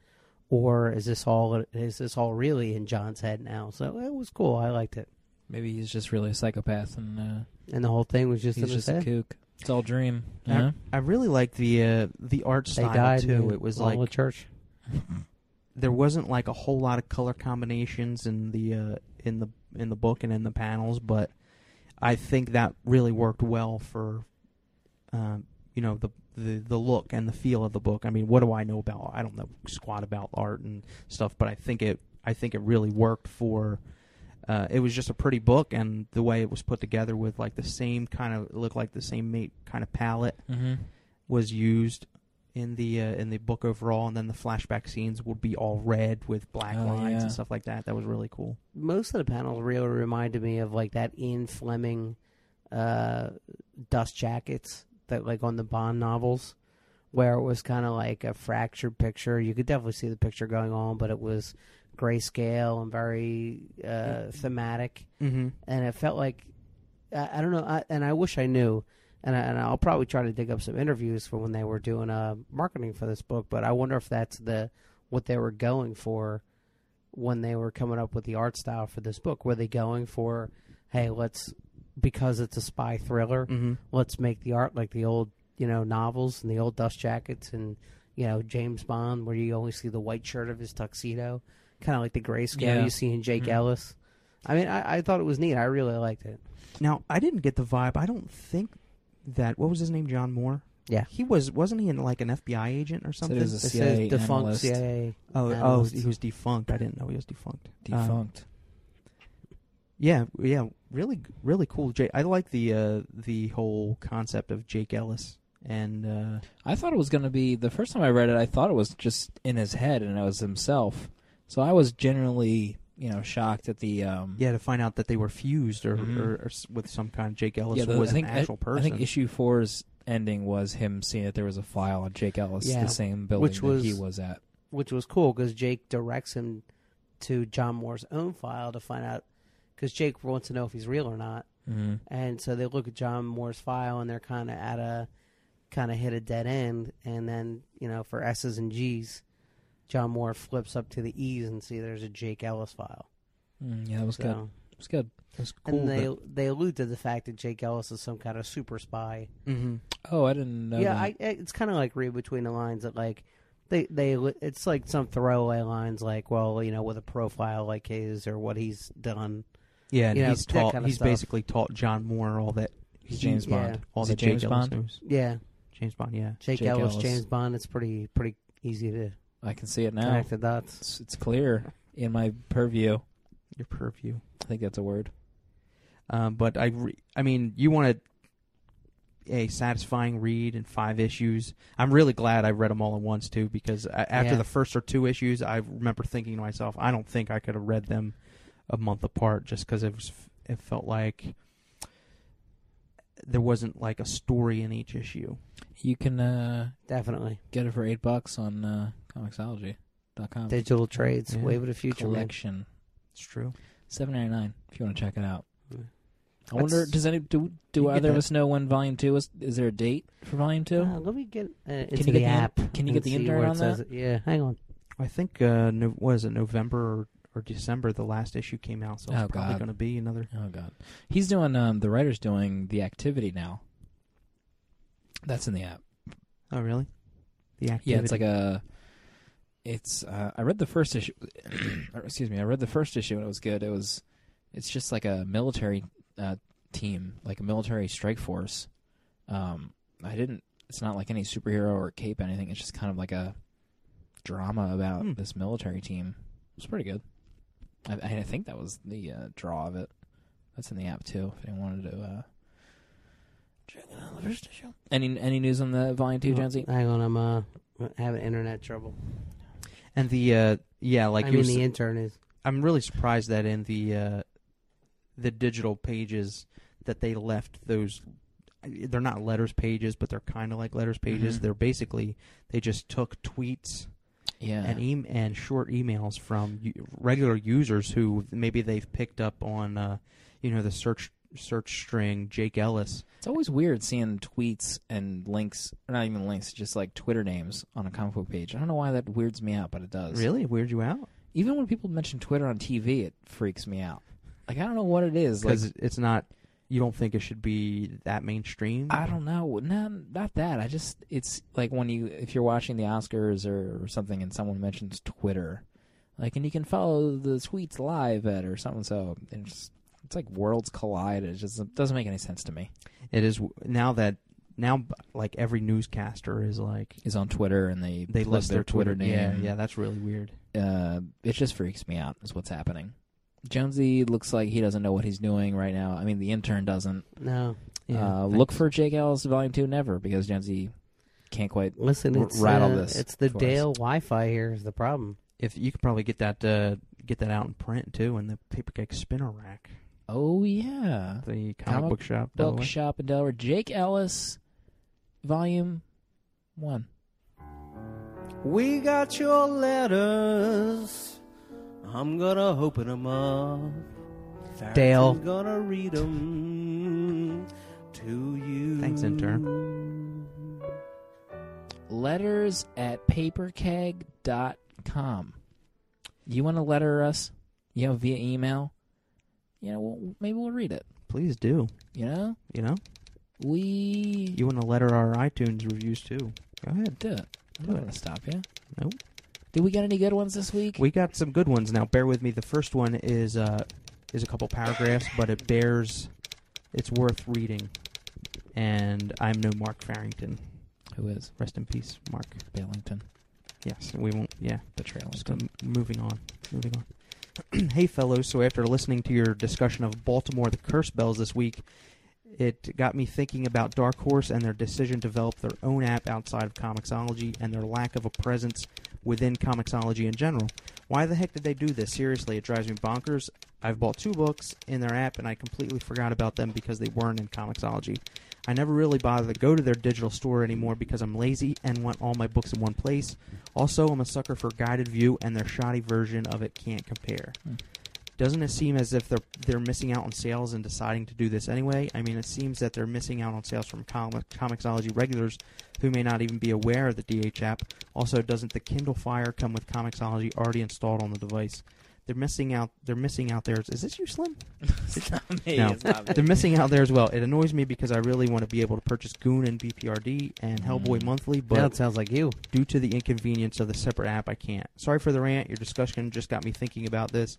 or is this all is this all really in John's head now? So it was cool. I liked it,
Maybe he's just really a psychopath and uh,
and the whole thing was just
he's
in his
just a
head.
kook. It's all dream. You
I-
know?
I really like the uh, the art
They
style
died
too.
in
It was
Lala
like
church.
there wasn't like a whole lot of color combinations in the uh, in the in the book and in the panels, but I think that really worked well for um, you know the, the the look and the feel of the book. I mean, what do I know about? I don't know squat about art and stuff, but I think it I think it really worked for. Uh, it was just a pretty book, and the way it was put together with like the same kind of it looked like the same mate kind of palette
uh,
Mm-hmm.
was used in the uh, in the book overall, and then the flashback scenes would be all red with black
Oh,
lines
yeah.
and stuff like that. That was really cool.
Most of the panels really reminded me of like that Ian Fleming uh, dust jackets that like on the Bond novels, where it was kind of like a fractured picture. You could definitely see the picture going on, but it was grayscale and very uh, thematic.
Mm-hmm.
and it felt like I, I don't know, I, and I wish I knew. And, I, and I'll probably try to dig up some interviews for when they were doing uh, marketing for this book. But I wonder if that's the what they were going for when they were coming up with the art style for this book. Were they going for, hey, let's because it's a spy thriller,
Mm-hmm.
let's make the art like the old you know novels and the old dust jackets and you know James Bond, where you only see the white shirt of his tuxedo, kind of like the grayscale
Yeah.
you see in Jake
Mhm.
Ellis. I mean, I, I thought it was neat. I really liked it.
Now I didn't get the vibe. I don't think that what was his name, John Moore.
Yeah.
he was wasn't he in like an FBI agent or something?
was a
It
CIA
says defunct
analyst.
CIA.
oh, oh,
analyst.
he was defunct. I didn't know he was defunct. Uh,
Defunct.
yeah, yeah, really, really cool. Jake, I like the uh, the whole concept of Jake Ellis and uh,
I thought it was going to be the first time I read it. I thought it was just in his head and it was himself. So I was generally, you know, shocked at the um,
yeah, to find out that they were fused or,
Mhm.
or, or s- with some kind of Jake Ellis
yeah, the-
was
I think
an actual
I, I
person.
think issue four's ending was him seeing that there was a file on Jake Ellis,
Yeah.
the same building
Which was-
that he was at.
which was cool because Jake directs him to John Moore's own file to find out because Jake wants to know if he's real or not.
Mm-hmm.
And so they look at John Moore's file and they're kind of at a kind of hit a dead end. And then you know for S's and G's, John Moore flips up to the E's and see there's a Jake Ellis file.
Mm, yeah, that was
So,
good. It was good.
That's cool.
and they they allude to the fact that Jake Ellis is some kind of super spy.
mm-hmm.
Oh, I didn't know.
yeah,
that.
I, it's kind of like read between the lines that like they they it's like some throwaway lines like well you know with a profile like his or what he's done.
Yeah, and
you know,
he's
that
taught.
kinda
he's
stuff.
basically taught John Moore all that.
He's
he-
James Bond.
yeah.
All
Is
that
it James
Jake Ellis
Bond?
knows.
Yeah,
James Bond. Yeah.
Jake,
Jake
Ellis,
Ellis.
James Bond. It's pretty pretty easy to
I can see it now.
connect the dots.
It's, it's clear in my purview.
Your purview.
I think that's a word.
Um, but I, re- I mean, you want a, a satisfying read in five issues. I'm really glad I read them all at once too, because I, after
Yeah.
the first or two issues, I remember thinking to myself, I don't think I could have read them a month apart, just because it was, it felt like there wasn't like a story in each issue.
You can uh,
Definitely
get it for eight bucks on uh, comicsology.com.
digital trades,
Yeah.
wave of the future. man.
collection.
It's true.
Seven ninety nine. If you want to check it out.
Yeah.
I wonder.
That's-
Does any do
you
do
can get
either of
that.
us know when volume two is? Is there a date for volume two?
Uh, let me get uh, into
you
the,
get the in-
app.
can you
and
get the
see
intern
where it
on
says it. Yeah, hang on.
I think uh, no, was it November or, or December the last issue came out, so it's
Oh,
probably
God.
going to be another.
Oh God, he's doing. Um, the writer's doing the activity now. That's in the app.
Oh, really? The activity.
Yeah, it's like a. It's. Uh, I read the first issue. or, excuse me. I read the first issue and it was good. It was. It's just like a military uh, team, like a military strike force. Um, I didn't. It's not like any superhero or cape anything. It's just kind of like a drama about
Hmm.
this military team. It's pretty good. I, I think that was the uh, draw of it. That's in the app too. If anyone wanted to. Uh, check it out, the first issue. Any any news on the volume two, Gen Z?
Hang on, I'm uh having internet trouble.
and the uh, yeah, like
I
you
mean,
were
the intern is
I'm really surprised that in the uh, the digital pages that they left those they're not letters pages, but they're kind of like letters pages.
Mhm.
They're basically they just took tweets
Yeah.
and em- and short emails from u- regular users who maybe they've picked up on uh, you know the search search string Jake Ellis.
It's always weird seeing tweets and links, or not even links, just like Twitter names on a comic book page. I don't know why that weirds me out, but it does.
Really weird you out
Even when people mention Twitter on TV, it freaks me out. Like I don't know what it is. Like
because it's not. You don't think it should be that mainstream?
I don't know. No, not that. I just it's like when you if you're watching the Oscars or, or something and someone mentions Twitter, like and you can follow the tweets live at or something. So and just, it's like worlds collide. It just it doesn't make any sense to me.
It is now that now like every newscaster is like
Is on Twitter and they
they
plug
list their, Twitter,
name.
Yeah, yeah, that's really weird.
uh, it just freaks me out. Is what's happening. Jonesy looks like he doesn't know what he's doing right now. I mean, the intern doesn't.
No,
Yeah,
uh,
thanks.
look for Jake Ellis Volume Two never because Jonesy can't quite.
listen,
R-
it's
rattle
uh,
this
It's the
for us.
Dale Wi-Fi here is the problem.
if you could probably get that uh, get that out in print too in the paper cake spinner rack,
Oh yeah,
the comic,
Comic
book shop. by the
Book
way.
Shop in Delaware. Jake Ellis, Volume One.
We got your letters. I'm gonna open them up.
Dale.
I'm gonna read them to you.
Thanks, intern.
Letters at paperkeg.com. You want to letter us? You know, via email. You know, we'll, maybe we'll read it.
Please do.
You know,
You know,
we
you want to letter our iTunes reviews too. Go ahead.
do it. I'm
Do
not
it.
gonna stop you.
Nope.
Did we get any good ones this week?
We got some good ones now. Bear with me. The first one is uh, is a couple paragraphs, but it bears. It's worth reading. And I'm no Mark Farrington.
Who is
Rest in peace, Mark.
Billington?
Yes, we won't. Yeah.
The trail.
Just gonna, moving on. Moving on. hey, fellows. So after listening to your discussion of Baltimore the Curse Bells this week, it got me thinking about Dark Horse and their decision to develop their own app outside of Comixology and their lack of a presence within Comixology in general. Why the heck did they do this? Seriously, it drives me bonkers. I've bought two books in their app and I completely forgot about them because they weren't in Comixology. I never really bother to go to their digital store anymore because I'm lazy and want all my books in one place. Also, I'm a sucker for guided view and their shoddy version of it can't compare.
Hmm.
Doesn't it seem as if they're they're missing out on sales and deciding to do this anyway? I mean, it seems that they're missing out on sales from comic, Comixology regulars who may not even be aware of the DH app. Also, doesn't the Kindle Fire come with Comixology already installed on the device? They're missing out. They're missing out theirs. Is this you, Slim?
it's not me.
No.
It's not me.
They're missing out there as well. It annoys me because I really want to be able to purchase Goon and BPRD and Hellboy
Mm.
monthly, but
Now it sounds like you.
due to the inconvenience of the separate app, I can't. Sorry for the rant. Your discussion just got me thinking about this.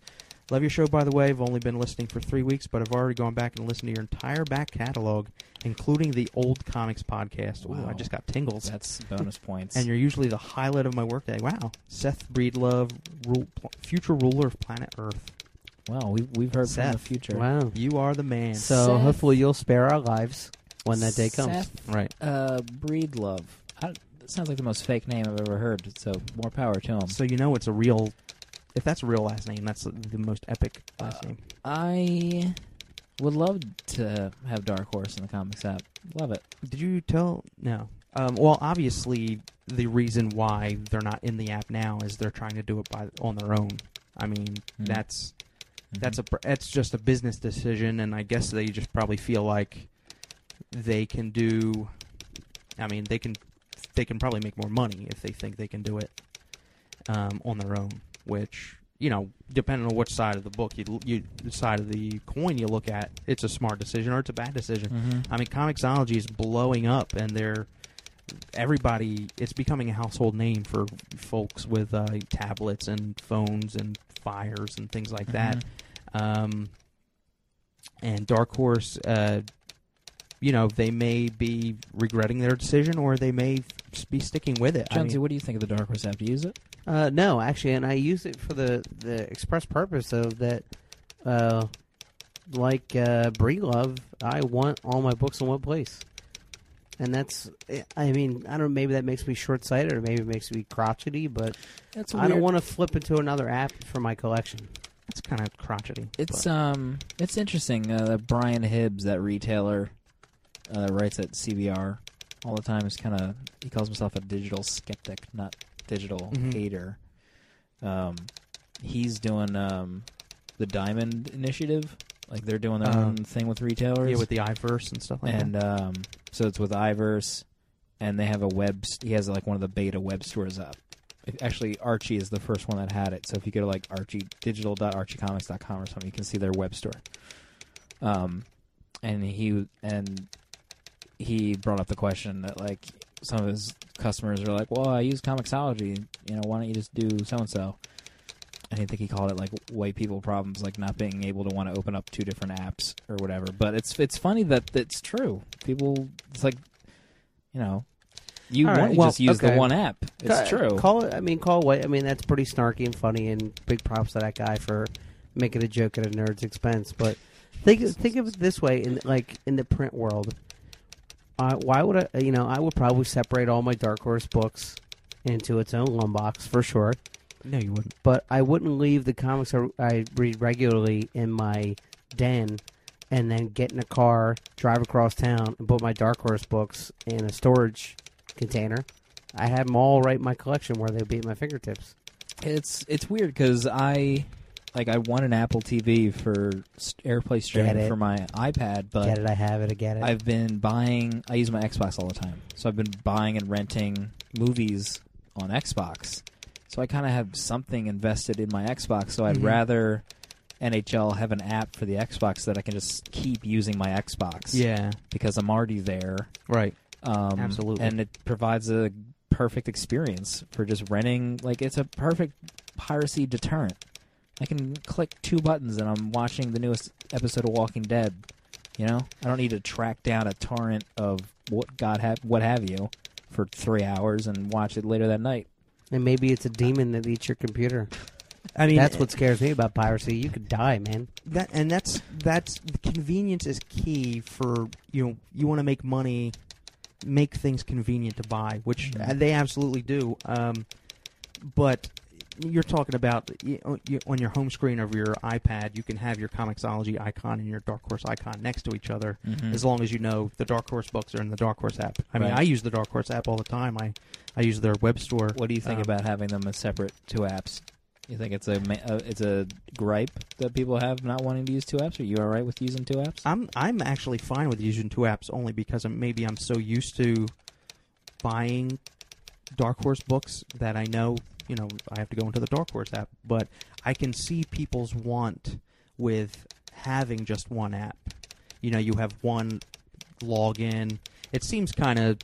Love your show, by the way. I've only been listening for three weeks, but I've already gone back and listened to your entire back catalog, including the old comics podcast. Ooh,
Wow.
I just got tingles.
That's bonus points.
And you're usually the highlight of my workday. Wow. Seth Breedlove, ru- pl- future ruler of planet Earth.
well, we've we've heard from the
Seth.
future.
Wow.
You are the man.
So
Seth-
hopefully you'll spare our lives when that day comes.
Seth,
right.
uh, Breedlove. I, that sounds like the most fake name I've ever heard. So more power to him.
So you know it's a real. If that's a real last name, that's the- the most epic last
Uh,
name.
I would love to have Dark Horse in the comics app. Love it.
Did you tell? No. Um, well, obviously, the reason why they're not in the app now is they're trying to do it by on their own. I mean,
Mm.
that's
Hmm.
that's a pr- that's just a business decision, and I guess they just probably feel like they can do. I mean, they can they can probably make more money if they think they can do it um, on their own. Which you know, depending on which side of the book you you side of the coin you look at, it's a smart decision or it's a bad decision.
hmm
I mean, Comixology is blowing up, and they're everybody. It's becoming a household name for folks with uh, tablets and phones and fires and things like
Mm-hmm.
that. Um, and Dark Horse, uh, you know, they may be regretting their decision, or they may s- be sticking with it. I
Jonesy,
mean,
what do you think of the Dark Horse app? Do you use it?
Uh, no, actually, and I use it for the, the express purpose of that. Uh, like uh, Breedlove, I want all my books in one place, and that's. I mean, I don't. know, Maybe that makes me short sighted, or maybe it makes me crotchety, but
That's
I don't want to flip into another app for my collection.
it's kind of crotchety.
It's
but-
um, it's interesting. Uh, that Brian Hibbs, that retailer uh, that writes at CBR all the time, is kind of he calls himself a digital skeptic, not digital
Mhm.
hater. Um, he's doing um, the Diamond Initiative, Like they're doing their
Uh,
own thing with retailers.
yeah, with the iVerse and uh, stuff like
and
that.
um, so it's with Iverse, and they have a web. s- He has like one of the beta web stores up. It- Actually, Archie is the first one that had it. So if you go to like Archie digital.archiecomics.com or something, you can see their web store. Um, and he and he brought up the question that like some of his customers are like, "Well, I use Comixology. You know, why don't you just do so and so?" And I think he called it like white people problems, like not being able to want to open up two different apps or whatever. But it's it's funny that it's true. People, it's like, you know, you
All
want
right,
to
well,
just use
okay.
the one app. It's
Ca-
true.
Call it. I mean, call it what? I mean, that's pretty snarky and funny, and big props to that guy for making a joke at a nerd's expense. But think think of it this way: in like in the print world, uh, why would I? You know, I would probably separate all my Dark Horse books into its own one box for sure.
no, you wouldn't.
But I wouldn't leave the comics I, I read regularly in my den. And then get in a car, drive across town, and put my Dark Horse books in a storage container. I had them all right in my collection where they'd be at my fingertips.
It's it's weird because I like I want an Apple TV for s- AirPlay
Get
streaming
it.
for my iPad, but
get it, I have it, I get it.
I've been buying. I use my Xbox all the time, so I've been buying and renting movies on Xbox. So I kind of have something invested in my Xbox. So I'd
Mhm.
rather NHL have an app for the Xbox that I can just keep using my Xbox.
Yeah,
because I'm already there.
right.
Um,
Absolutely.
and it provides a perfect experience for just renting. Like it's a perfect piracy deterrent. I can click two buttons and I'm watching the newest episode of Walking Dead. You know, I don't need to track down a torrent of what God have what have you for three hours and watch it later that night.
and maybe it's a demon that eats your computer.
I mean,
That's what scares me about piracy. You could die, man.
that and that's that's the convenience is key for you know you want to make money make things convenient to buy which
Mhm.
uh, they absolutely do um, but you're talking about you, on- you, on your home screen of your ipad you can have your comixology icon and your dark horse icon next to each other as long as you know the dark horse books are in the dark horse app i mean
Mm-hmm. Right.
i use the dark horse app all the time i i use their web store
What do you think
Um,
about having them as separate two apps? You think it's a ma- uh, it's a gripe that people have not wanting to use two apps? Are you all right with using two apps?
I'm I'm actually fine with using two apps only because I'm, maybe I'm so used to buying Dark Horse books that I know you know I have to go into the Dark Horse app, but I can see people's want with having just one app. You know, you have one login. It seems kind of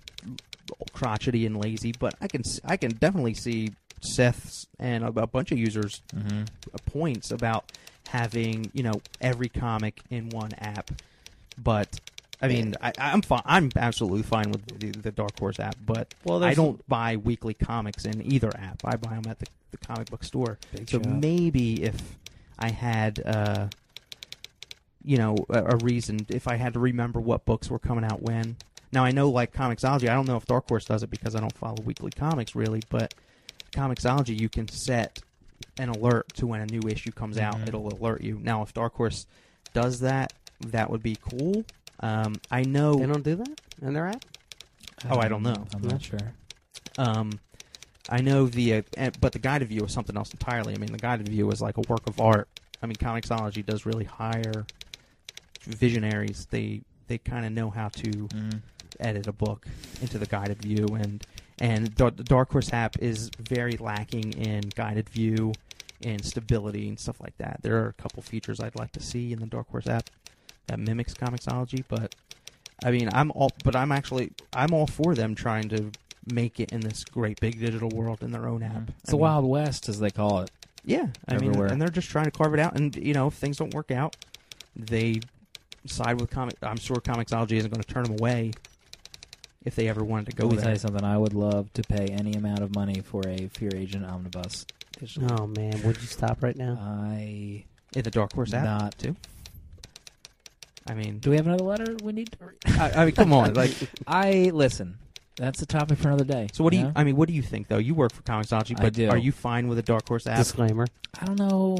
crotchety and lazy, but I can s- I can definitely see Seth's and a a bunch of users
Mm-hmm.
uh, points about having you know every comic in one app, but I mean I, I'm fine. I'm absolutely fine with the, the Dark Horse app, but
Well,
I don't buy weekly comics in either app. I buy them at the, the comic book store. so maybe if I had uh, you know a, a reason, if I had to remember what books were coming out when. Now I know like Comixology. I don't know if Dark Horse does it because I don't follow weekly comics really, but Comixology you can set an alert to when a new issue comes
Mhm.
out. It'll alert you. Now, if Dark Horse does that, that would be cool. Um, I
They
know.
don't do that in their app?
Oh, I don't know.
I'm not sure.
Um, I know the. Uh, eh, but the guided view is something else entirely. I mean, the guided view is like a work of art. I mean, Comixology does really hire visionaries. They they kind of know how to edit a book into the guided view and and the, the dark horse app is very lacking in guided view and stability and stuff like that there are a couple features i'd like to see in the dark horse app that mimics comixology but i mean i'm all but i'm actually i'm all for them trying to make it in this great big digital world in their own app
It's the
I mean,
Wild West, as they call it.
yeah i
everywhere.
mean and they're just trying to carve it out and you know if things don't work out they side with comic i'm sure comixology isn't going to turn them away if they ever wanted to go
Let me
there.
tell you something. I would love to pay any amount of money for a Fear Agent omnibus.
Oh, man. Would you stop right
Uh,
now?
I
In the Dark Horse app.
not.
too. I mean,
Do we have another letter we need? To read?
I, I mean, come on. Like,
I listen. That's a topic for another day.
so what do you?
know?
I mean, what do you think though? You work for Comixology,
I
but
do.
are you fine with the Dark Horse app?
Disclaimer.
I don't know.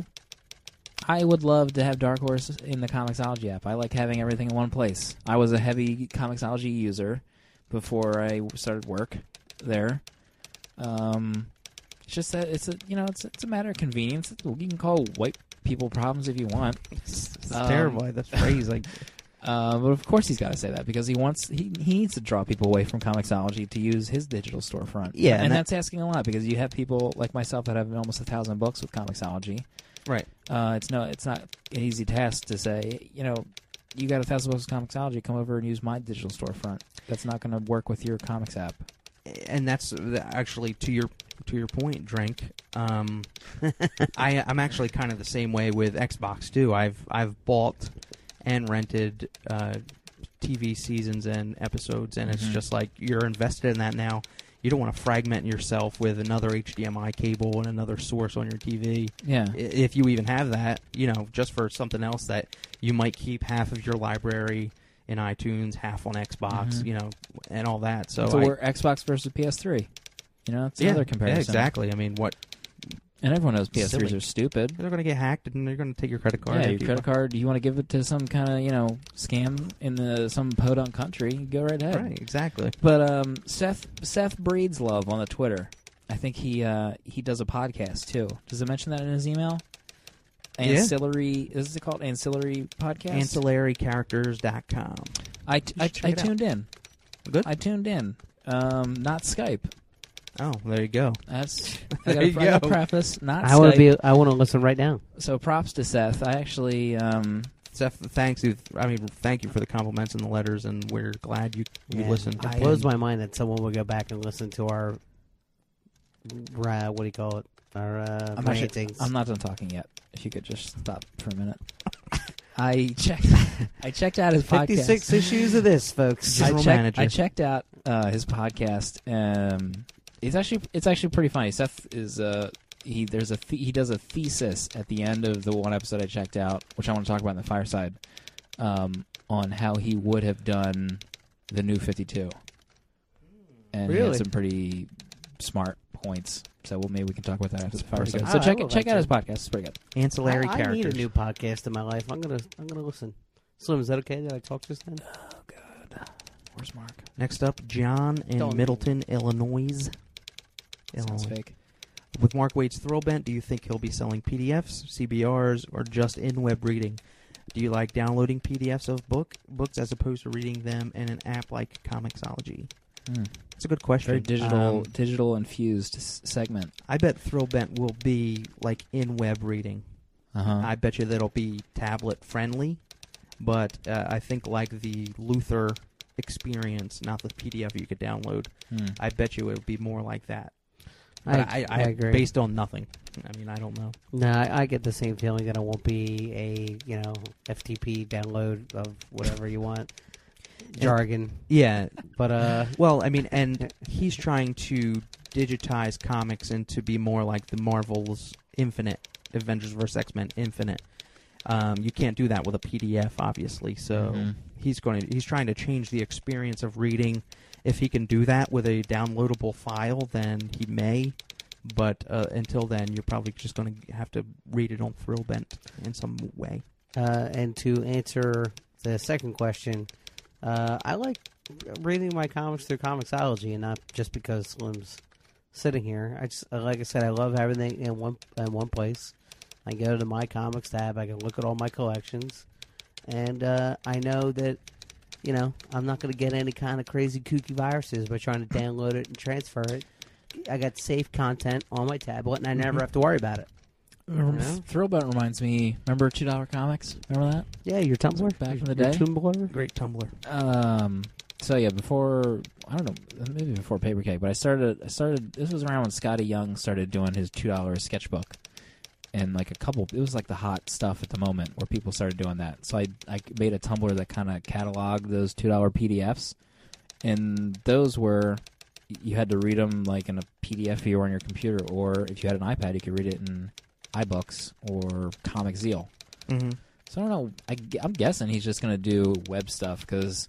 I would love to have Dark Horse in the Comixology app. I like having everything in one place. I was a heavy Comixology user before I started work there. Um, it's just that it's a you know it's it's a matter of convenience. You can call white people problems if you want.
It's, it's
Um,
terrible. The phrase like
Uh, but of course he's got to say that because he wants he, he needs to draw people away from Comixology to use his digital storefront.
Yeah,
and,
and that-
that's asking a lot because you have people like myself that have almost a thousand books with Comixology.
right.
Uh, it's no, it's not an easy task to say. You know, you got a thousand books with Comixology. Come over and use my digital storefront. That's not going to work with your comics app.
and that's uh, actually to your to your point, drink. Um, I I'm actually kind of the same way with Xbox too. I've I've bought and rented uh, TV seasons and episodes, and it's
Mhm.
just like you're invested in that now. You don't want to fragment yourself with another HDMI cable and another source on your TV,
Yeah,
I- if you even have that. You know, just for something else that you might keep half of your library in iTunes, half on Xbox,
Mhm.
you know, and all that. So,
so
I-
we're Xbox versus PS3. You know, it's another comparison.
exactly. I mean, what
And everyone knows PS3s
Silly.
are stupid.
they're going to get hacked and they're going to take your credit card.
yeah,
if
your
you-
credit card. You want to give it to some kind of you know scam in the some podunk country? Go right ahead.
Right, exactly.
But um, Seth Seth breeds love on the Twitter. I think he uh, he does a podcast too. Does it mention that in his email?
Yeah.
Ancillary is it called ancillary podcast?
Ancillarycharacters.com.
I, t- I,
You should check
I
it out.
tuned in.
Good.
I tuned in. Um, not Skype.
oh, there you go.
That's I
There
got
you
a
go.
preface. Not
I
Skype.
want to be. I want to listen right now.
so props to Seth. I actually um,
Seth, thanks you. I mean, thank you for the compliments and the letters, and we're glad you you
Yeah.
listened.
It blows my mind that someone would go back and listen to our. Uh, what do you call it? Our uh,
I'm, actually-
rantings.
I'm not done talking yet. If you could just stop for a minute. I checked. I checked out his podcast.
Fifty-six issues of this, folks.
I
General
checked,
manager.
I checked out uh, his podcast. Um, it's actually it's actually pretty funny. Seth is uh, he there's a th- he does a thesis at the end of the one episode I checked out, which I want to talk about in the fireside, um, on how he would have done the new Fifty Two, and he had
Really?
some pretty smart points. So well, maybe we can talk about that after the
pretty
fireside.
good.
So
Oh, I
check
will
check out
like to.
his podcast; it's pretty good.
Ancillary
I, I
characters.
need a new podcast in my life. I'm gonna. I'm gonna listen. Slim, is that okay that I talk just then?
Where's Mark?
Next up, John in
Don't-
Middleton, Illinois.
Sounds
Illinois.
fake.
With Mark Wade's Thrill Bent, do you think he'll be selling PDFs, CBRs, or just in web reading? Do you like downloading PDFs of book books as opposed to reading them in an app like Comixology?
Mm.
That's a good question.
Very digital,
Um,
digital infused s- segment.
I bet Thrill Bent will be like in web reading.
Uh-huh.
I bet you that'll be tablet friendly, but uh, I think like the Luther experience, not the PDF you could download.
Hmm.
I bet you it would be more like that. But I, I, Based on nothing. I mean, I don't know.
No, I, I get the same feeling that it won't be a you know FTP download of whatever you want jargon,
Yeah,
but uh,
Well, I mean, and he's trying to digitize comics and to be more like the Marvel's Infinite, Avengers vs. X Men Infinite. Um, you can't do that with a PDF, obviously. So
Mhm.
he's going. To, he's trying to change the experience of reading. If he can do that with a downloadable file, then he may. But uh, until then, you're probably just going to have to read it on Thrillbent in some way.
uh, and to answer the second question, uh, I like reading my comics through Comixology, and not just because Slim's sitting here. I just uh, like I said, I love everything in one in one place. I go to my comics tab. I can look at all my collections, and uh, I know that you know I'm not going to get any kind of crazy kooky viruses by trying to download it and transfer it. I got safe content on my tablet, and I never
Mhm.
have to worry about it.
Rem-
Yeah.
Thrillbent reminds me. Remember two dollar comics? Remember that?
Yeah, your Tumblr
Back in the
Your
day?
Tumblr.
Great Tumblr.
Um. So yeah, before I don't know, maybe before Paper Cake, but I started. I started. This was around when Scotty Young started doing his two dollar sketchbook, and like a couple. It was like the hot stuff at the moment where people started doing that. So I I made a Tumblr that kind of cataloged those two dollar PDFs, and those were you had to read them like in a PDF view on your computer, or if you had an iPad, you could read it in iBooks or Comic Zeal.
hmm
So I don't know. I, am guessing he's just gonna do web stuff because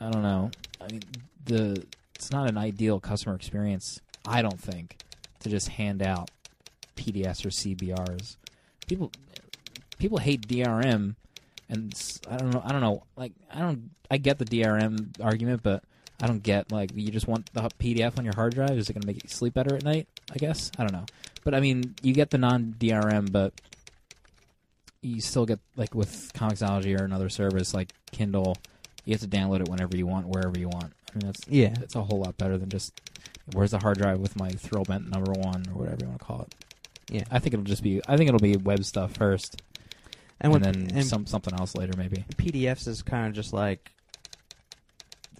I don't know. I mean, the it's not an ideal customer experience. I don't think to just hand out PDFs or CBRs. People people hate DRM, and s- I don't know. I don't know. Like I don't. I get the DRM argument, but I don't get like you just want the PDF on your hard drive. Is it gonna make you sleep better at night? I guess I don't know. But I mean, you get the non DRM, but you still get like with Comixology or another service like Kindle, you have to download it whenever you want, wherever you want. I mean, that's
Yeah.
it's a whole lot better than just where's the hard drive with my thrill bent number one or whatever you want to call it.
Yeah.
I think it'll just be I think it'll be web stuff first, and,
And, what,
then
and
some something else later maybe.
PDFs is kind of just like.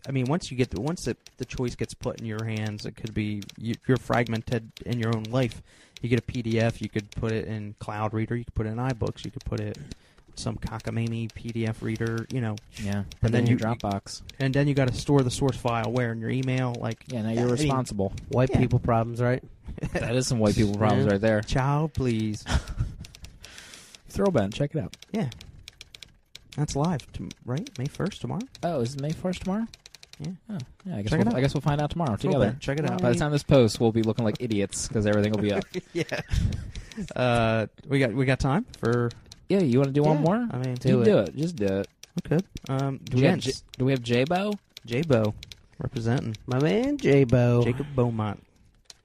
I mean, once you get the, once the, the choice gets put in your hands, it could be you, you're fragmented in your own life. You get a PDF, you could put it in Cloud Reader, you could put it in iBooks, you could put it some cockamamie PDF reader, you know.
Yeah, and
then
then your
you-
Dropbox.
And then you got to store the source file where in your email, like
Yeah, now
I
you're
mean,
responsible.
White
Yeah.
people problems, right?
that is some white people problems
Yeah.
right there.
Child, please.
Thrill bent, check it out.
Yeah. That's live, tom- right? May 1st, tomorrow?
Oh, is it May first tomorrow?
Yeah.
Oh, yeah. I guess
Check it
we'll,
out.
I guess we'll find out tomorrow
Throw
together.
back. Check it out.
By the time this posts, we'll be looking like idiots because everything will be up.
yeah. Uh, we got we got time for
yeah, you want to do one
Yeah,
more?
I mean,
You
do
do it. Just do it.
Okay. Um,
Do we have J-
gents,
do we have J-Bo?
J-Bo representing
My man J Bo.
Jacob Beaumont,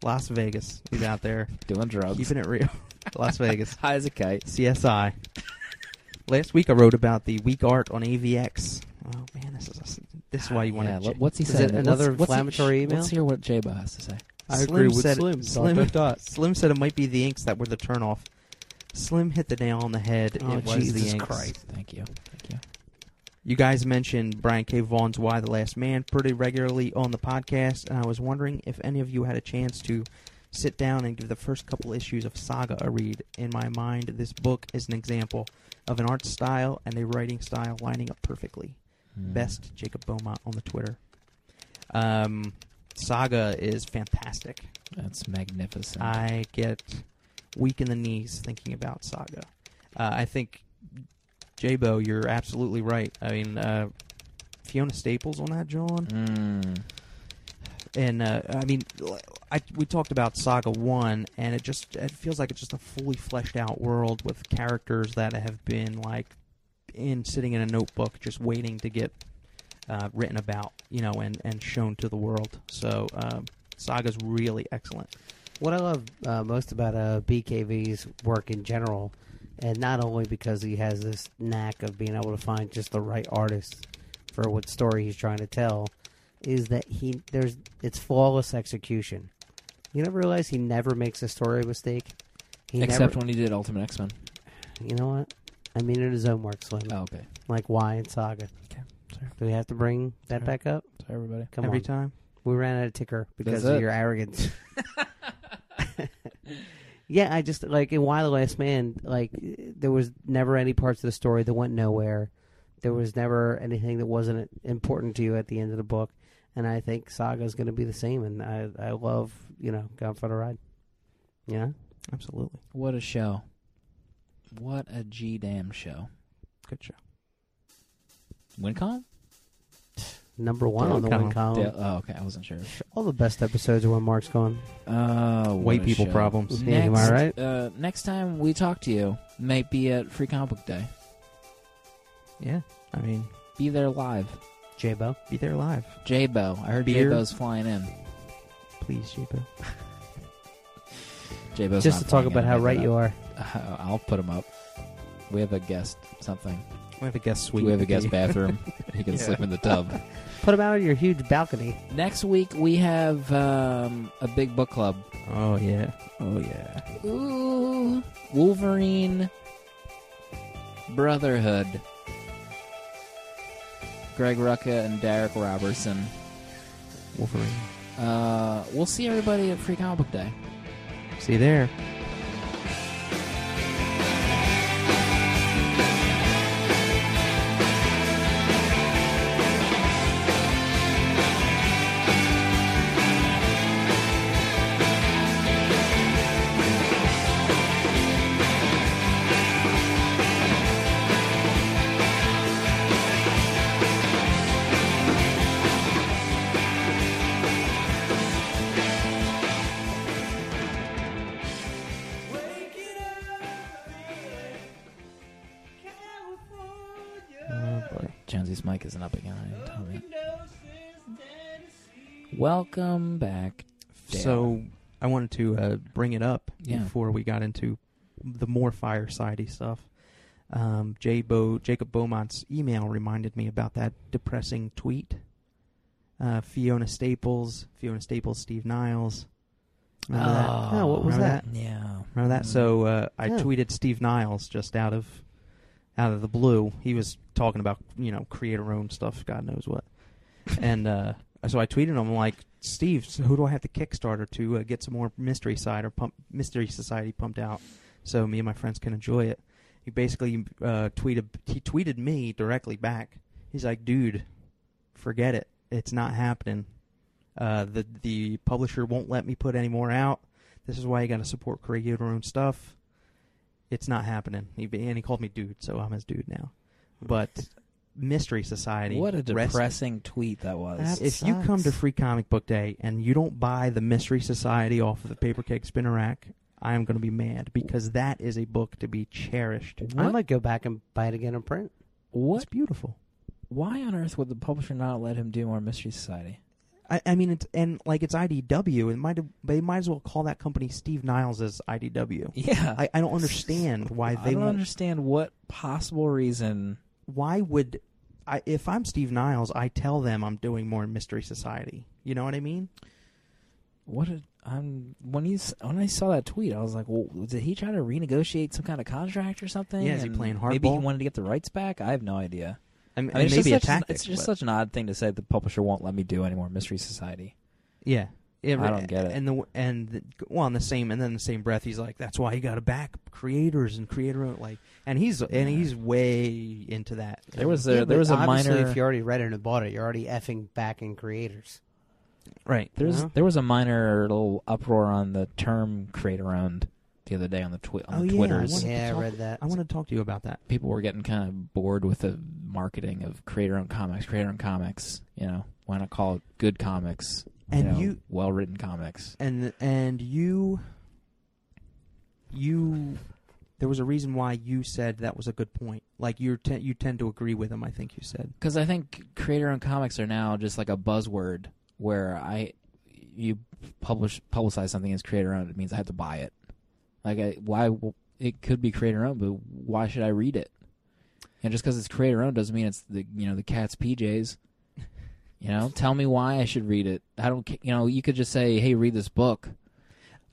Las Vegas. He's out there
Doing drugs.
keeping it real. Las Vegas,
High as a kite.
CSI. Last week I wrote about the weak art on AVX. Oh man, this is a s this is why you want
yeah,
to.
lo- What's he
Is
saying?
it
Let's-
another
what's he-
inflammatory email?
Let's hear what J-Bo has to say.
I
Slim
agree with
said it-
Slim.
Slim-
Dot, dot, dot.
Slim said it might be the inks that were the turnoff. Slim hit the nail on the head.
Oh,
it was the
Jesus
inks.
Christ.
Thank you. Thank you.
You guys mentioned Brian K. Vaughn's Why the Last Man pretty regularly on the podcast, and I was wondering if any of you had a chance to sit down and give the first couple issues of Saga a read. In my mind, this book is an example of an art style and a writing style lining up perfectly.
Mm.
Best Jacob Beaumont on the Twitter. Um, Saga is fantastic.
That's magnificent.
I get weak in the knees thinking about Saga. Uh, I think J-Bo, you're absolutely right. I mean, uh, Fiona Staples on that, John,
Mm.
and uh, I mean, l- I, we talked about Saga One, and it just it feels like it's just a fully fleshed out world with characters that have been like in sitting in a notebook, just waiting to get uh, written about, you know, and and shown to the world. So. Um, Saga's really excellent.
What I love uh, most about uh, BKV's work in general, and not only because he has this knack of being able to find just the right artist for what story he's trying to tell, is that he there's it's flawless execution. You never realize he never makes a story mistake. He
Except
never,
when he did Ultimate X-Men.
you know what? I mean, in his own work, Slim.
Oh, okay.
Like why in Saga?
Okay, sorry.
Do we have to bring that
Sorry.
back up?
Sorry, everybody.
Come
Every
on.
time.
We ran out of ticker because
it.
of your arrogance. yeah, I just like in Why the Last Man, like there was never any parts of the story that went nowhere. There was never anything that wasn't important to you at the end of the book, and I think Saga's going to be the same. And I, I love you know Gone for the Ride. Yeah,
Absolutely.
What a show. What a G damn show.
Good show.
Wincom?
number one
Dale
on the
Connell.
win column.
Dale- Oh, okay. I wasn't sure.
All the best episodes are when Mark's gone. uh,
Oh, what
White
a
people
show.
problems.
Yeah, am I right?
uh, next time we talk to you, might be at Free Comic Book Day.
Yeah. I mean,
Be there live.
J Bo,
be there live.
J Bo. I heard J
Beer.
Bo's flying in.
Please, Jacob.
J Bo's
just to talk about how right you are.
Uh, I'll put him up. We have a guest something.
We have a guest suite.
we have a guest bathroom. he can sleep in the tub.
Put him out on your huge balcony.
Next week we have um, a big book club.
Oh, yeah. Oh, yeah.
Ooh, Wolverine Brotherhood. Greg Rucka and Derek Robertson.
Wolverine.
Uh, we'll see everybody at Free Comic Book Day.
See you there. Oh, boy.
Jonesy's mic isn't up again. I didn't tell you. Welcome back. Damn.
So, I wanted to uh, bring it up
Yeah.
before we got into the more firesidey stuff. Um, J. Bo, Jacob Beaumont's email reminded me about that depressing tweet. Uh, Fiona Staples, Fiona Staples, Steve Niles. Remember that?
Oh, what was
Remember
that?
Yeah.
Remember that?
Mm.
So uh, I
Yeah.
tweeted Steve Niles just out of out of the blue. He was talking about you know creator-owned stuff, God knows what. and uh, so I tweeted him like, Steve, so who do I have to Kickstarter to uh, get some more Mystery Side or pump Mystery Society pumped out, so me and my friends can enjoy it. He basically uh, tweeted he tweeted me directly back. He's like, dude, forget it. It's not happening. Uh, the the publisher won't let me put any more out. This is why you got to support creator owned stuff. It's not happening. He, and he called me dude, so I'm his dude now. But Mystery Society,
Hmm. What a
rest-
depressing tweet that was.
That's-
if you come to
sucks.
Free Comic Book Day and you don't buy the Mystery Society off of the paper cake spinner rack, I am going to be mad because that is a book to be cherished.
I
What?
might go back and buy it again in print.
It's
what?
beautiful.
Why on earth would the publisher not let him do more Mystery Society?
I, I mean, it's and like it's IDW. It might have- they might as well call that company Steve Niles as IDW.
Yeah.
I, I don't understand why
I
they
don't
won't
understand what possible reason.
why would I if I'm Steve Niles, I tell them I'm doing more in Mystery Society. You know what I mean?
What a, I'm when he's when I saw that tweet, I was like, well, did he try to renegotiate some kind of contract or something?
Yeah, is he
And
playing
Maybe he
hardball?
wanted to get the rights back. I have no idea.
I mean,
I mean, it's
maybe a
just such,
tactic.
It's just
but-
such an odd thing to say. The publisher won't let me do any more Mystery Society.
yeah. It-
I don't get it.
And the and the, well, in the same and then the same breath, he's like, "That's why you got to back creators and creator like." And he's and
Yeah.
he's way into that.
There was a
Yeah,
there
but
was a
obviously
minor
If you already read it and bought it, you're already effing backing creators.
right.
there's
know?
there was a minor little uproar on the term creator owned the other day on the twi- on
Oh,
the
yeah, I
Twitters.
wanted to
Yeah, I
talk-
read that.
I want to talk to you about that.
People were getting kind of bored with the marketing of creator owned comics, creator owned comics. You know, why not call it good comics?
And
know,
you-
well written comics.
and and you you there was a reason why you said that was a good point like you te- you tend to agree with him i think you said
Because I think creator-owned comics are now just like a buzzword where I you publish publicize something as creator-owned, it means I have to buy it. Like, I, why? It could be creator-owned, but why should I read it? And just because it's creator-owned doesn't mean it's the you know the cat's PJs. You know, tell me why I should read it. I don't. ca- You know, you could just say, "Hey, read this book."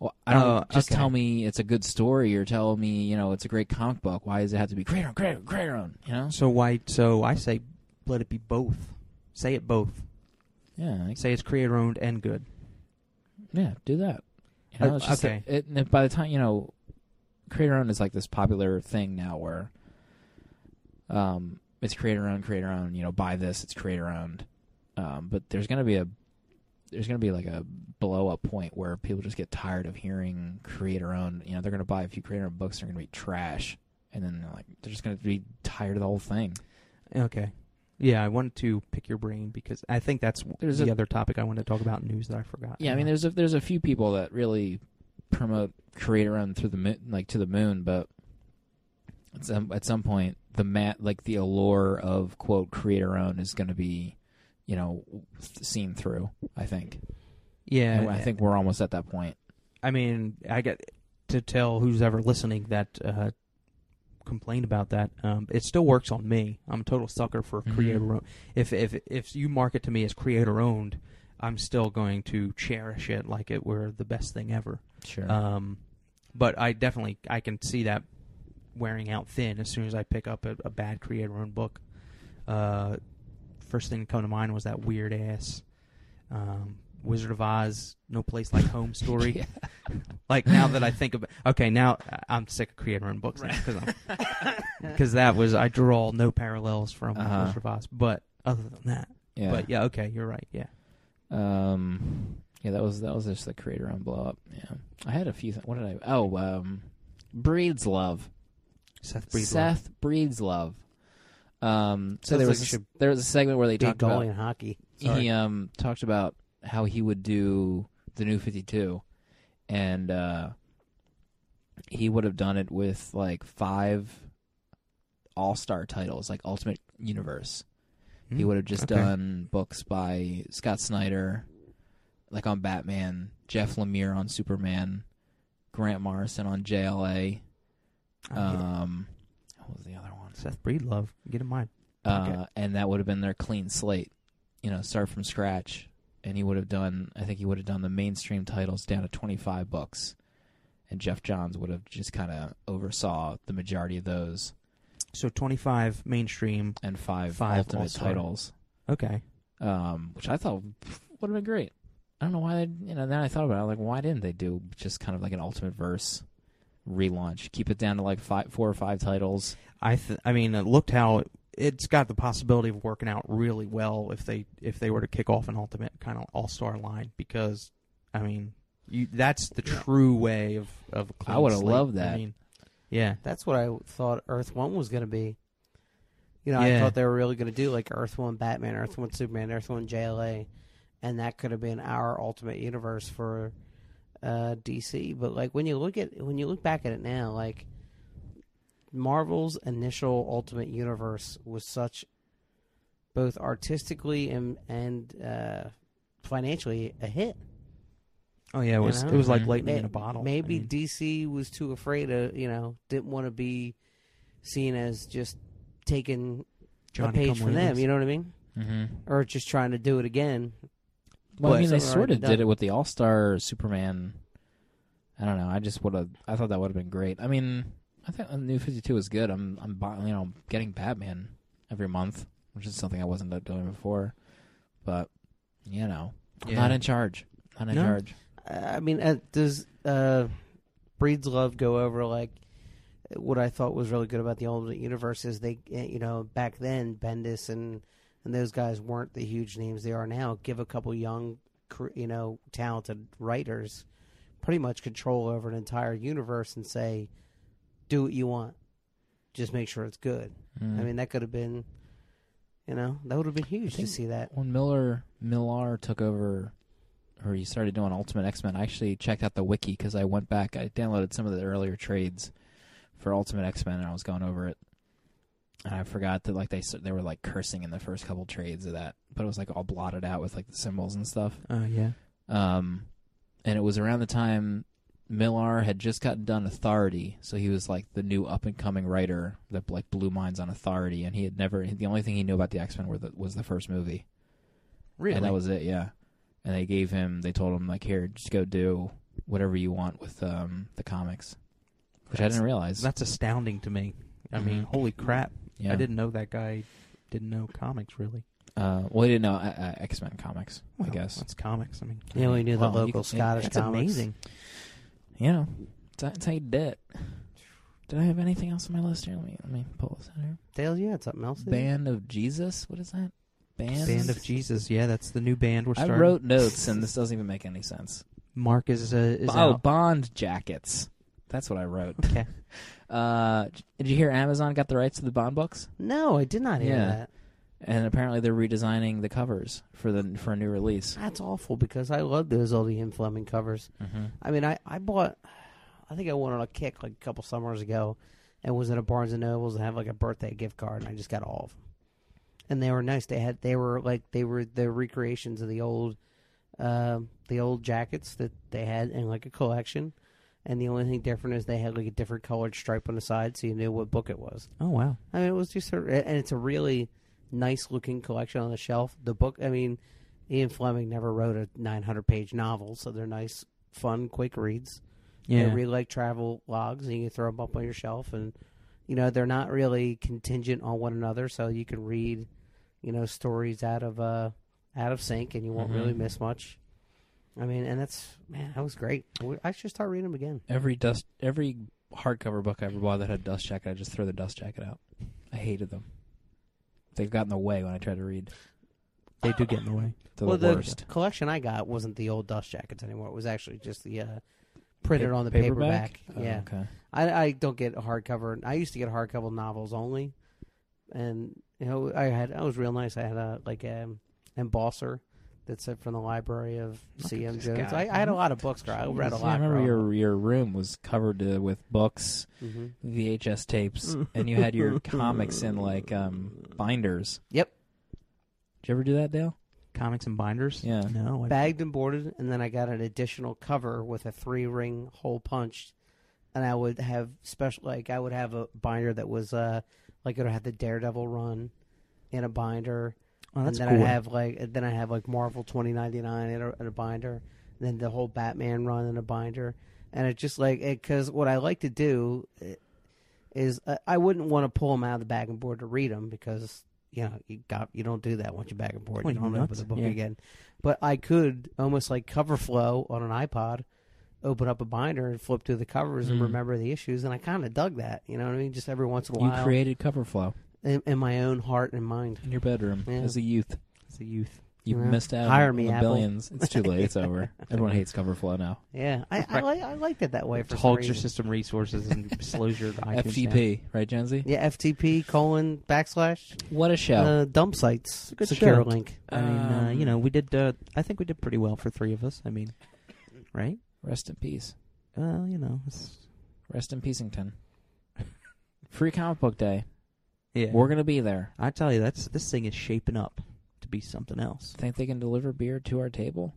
Well, I don't
Oh,
just
okay.
tell me it's a good story or tell me you know it's a great comic book. Why does it have to be creator-owned, creator-owned, creator-owned? You know?
so why so i say let it be both say it both
Yeah, I
say it's creator owned and good
Yeah, do that. You
Uh,
know, it's just
okay.
that- it- and by the time you know, creator owned is like this popular thing now, where um, it's creator owned, creator owned. You know, buy this, it's creator owned. Um, but there's gonna be a there's gonna be like a blow up point where people just get tired of hearing creator owned. You know, they're gonna buy a few creator owned books, they're gonna be trash, and then like they're just gonna be tired of the whole thing.
okay yeah i wanted to pick your brain because i think that's w-
There's
the
a-
other topic i wanted to talk about news that i forgot
Yeah, I mean, there's a, there's a few people that really promote creator run through the moon, like to the moon, but at some at some point, the mat like the allure of quote creator own is going to be, you know, th- seen through. I think.
yeah
And Oh, I think we're almost at that point.
I mean, I got to tell who's ever listening that uh, complained about that. Um, it still works on me. I'm a total sucker for
Mhm.
creator. owned If if if you market to me as creator owned, I'm still going to cherish it like it were the best thing ever.
Sure.
Um, but I definitely I can see that wearing out thin as soon as I pick up a, a bad creator owned book. Uh, first thing to come to mind was that weird ass um, Wizard of Oz, No Place Like Home story. Like now that I think about, okay, now I- I'm sick of creator-owned books because because that was I draw no parallels from
Uh-huh.
Wizard of Oz. But other than that,
yeah.
but yeah, okay, you're right. Yeah,
Um, yeah, that was that was just the creator own blow up. Yeah, I had a few. Th- what did I? Oh, um, breeds love.
Seth Breedlove.
Seth breeds love. Um, so
Sounds
there
like
was
you
a s-
should
there was a segment where they
Big
talked
goalie
about
in hockey.
E
he um talked about how he would do the new Fifty Two, and uh, he would have done it with like five All Star titles, like Ultimate Universe. He
Hmm.
would have just
okay.
done books by Scott Snyder, like on Batman, Jeff Lemire on Superman, Grant Morrison on JLA.
Uh,
Um, what was the other
Seth Breedlove, get in mind.
Uh,
Okay.
And that would have been their clean slate, you know, start from scratch. And he would have done, I think he would have done the mainstream titles down to 25 books. And Jeff Johns would have just kind of oversaw the majority of those
So 25 mainstream.
and five,
Five
alternate
also.
titles,
Okay.
um, which I thought would have been great. I don't know why, they, you know, then I thought about it, like, why didn't they do just kind of like an ultimate verse relaunch? Keep it down to like five, four or five titles.
I th- I mean, it looked how it's got the possibility of working out really well if they if they were to kick off an ultimate kind of all star line because I mean you that's the true way of of. a clean
I would've
slate.
loved that.
I mean, yeah,
That's what I thought Earth One was going to be. You know, I
Yeah.
thought they were really going to do like Earth One Batman, Earth One Superman, Earth One JLA, and that could have been our Ultimate Universe for uh, DC. But like when you look at when you look back at it now, like Marvel's initial Ultimate Universe was such both artistically and and uh, financially a hit.
oh yeah, it was
know?
it was like
Mhm.
lightning in
May-
a bottle. I
Maybe
mean,
DC was too afraid of, you know, didn't want to be seen as just taking
Johnny
a page
come
from them.
latest.
You know what I mean?
Mm-hmm.
Or just trying to do it again.
Well, I
But-
mean, they
Something
sort of
already
did
done.
it with the All Star Superman. I don't know. I just would have. I thought that would have been great. I mean, I think uh, New Fifty Two is good. I'm, I'm, bu- you know, getting Batman every month, which is something I wasn't doing before. But you know, I'm
Yeah.
not in charge. Not in
No.
charge.
Uh, I mean, uh, does uh, Breed's Love go over like what I thought was really good about the Ultimate Universe is they, uh, you know, back then Bendis and and those guys weren't the huge names they are now. Give a couple young, cr- you know, talented writers pretty much control over an entire universe and say, do what you want. Just make sure it's good. I mean, that could have been, you know, that would have been huge to
think-
see that.
when Miller Millar took over, or he started doing Ultimate X Men, I actually checked out the wiki because I went back. I downloaded some of the earlier trades for Ultimate X Men, and I was going over it. And I forgot that like they s- they were like cursing in the first couple trades of that, but it was like all blotted out with like the symbols and stuff.
Oh yeah,
Um, and it was around the time Millar had just gotten done Authority, so he was like the new up and coming writer that like blew minds on Authority, and he had never the only thing he knew about the X Men were the, was the first movie.
really.
And that was it, yeah. And they gave him, they told him, like, here, just go do whatever you want with um, the comics, which I
That's-
didn't realize.
that's astounding to me. I mean,
Mhm.
holy crap!
yeah.
I didn't know that guy didn't know comics really.
Uh, well, he didn't know uh, X Men comics, I
Well,
guess.
that's comics. I mean,
You know, we knew
Well,
the
you
local
could-
Scottish
that's
comics.
amazing.
You know, that's, that's how you did it. Did I have anything else on my list here? Let me, let me pull this out here.
Dale, you had something else? didn't you?
Band of Jesus? What is that? Band,
Band of Jesus. Yeah, that's the new band we're
I
starting.
wrote notes, and this doesn't even make any sense.
Mark is uh, is
oh,
out.
Bond Jackets. That's what I wrote.
Okay.
Uh, did you hear Amazon got the rights to the Bond books?
No, I did not hear
Yeah.
that.
and apparently they're redesigning the covers for the for a new release.
That's awful because I love those old Ian Fleming covers.
Mm-hmm.
I mean, I, I bought, I think I went on a kick like a couple summers ago and was at a Barnes and Nobles and had like a birthday gift card and I just got all of them. And they were nice. They had, they were like, they were the recreations of the old, um, the old jackets that they had in like a collection. And the only thing different is they had like a different colored stripe on the side so you knew what book it was.
Oh wow.
I mean, it was just, a, and it's a really nice looking collection on the shelf. The book, I mean, Ian Fleming never wrote a 900 page novel, so they're nice, fun, quick reads.
Yeah.
They're really like travel logs, and you can throw them up on your shelf, and you know they're not really contingent on one another, so you can read, you know, stories out of uh out of sync, and you won't
Mhm.
really miss much. I mean, and that's man, that was great. We- I should start reading them again.
Every dust, every hardcover book I ever bought that had dust jacket, I just throw the dust jacket out. I hated them. They've gotten in the way when I try to read.
they do get in the way.
They're
well,
the worst.
collection I got wasn't the old dust jackets anymore. It was actually just the uh, printed
Pa-
on the paperback.
paperback? Oh,
yeah,
okay.
I, I don't get hardcover. I used to get hardcover novels only, and you know I had I was real nice. I had a like an embosser that said from the library of
Look at
C.M.
this
Jones.
guy.
I, I had a lot of books. Girl. I read a
Yeah,
lot.
I remember
growing up.
your your room was covered uh, with books,
Mhm.
VHS tapes, and you had your comics in like um, binders.
Yep.
Did you ever do that, Dale?
Comics and binders.
Yeah.
No. Oh, I,
bagged and boarded, and then I got an additional cover with a three ring hole punched, and I would have special like I would have a binder that was uh Like it'll have the Daredevil run in a binder.
Oh, that's
and then
cool.
I have like then I have like Marvel twenty ninety nine in a, in a binder, and then the whole Batman run in a binder, and it's just like because what I like to do eh, is uh, I wouldn't want to pull them out of the back and board to read them because you know you got you don't do that once you're back and board
Well,
you
you're
don't open
nuts.
the book
Yeah.
again, but I could almost like cover flow on an iPod. Open up a binder and flip through the covers and
Mm.
remember the issues, and I kind of dug that. You know what I mean? Just every once in a
You
while,
created cover flow
in, in my own heart and mind.
in your bedroom
Yeah.
as a youth.
It's a youth.
You
Yeah.
missed out
Hire
on
me,
the
Apple.
billions. It's too late. It's over. Everyone hates cover flow now.
Yeah, I, I
Right.
like I liked it that way for some
It hogs your
reason.
system resources and slows your iTunes down.
FTP, right, Gen Z?
Yeah, FTP colon backslash
What a show.
uh, dump sites
good
secure
show.
link.
I mean, uh, you
Um,
know, we did. Uh, I think we did pretty well for three of us. I mean, right?
Rest in peace.
Uh, you know, it's,
Rest in Peasington. Free comic book day.
yeah.
We're gonna be there.
I tell you, that's this thing is shaping up to be something else.
Think they can deliver beer to our table?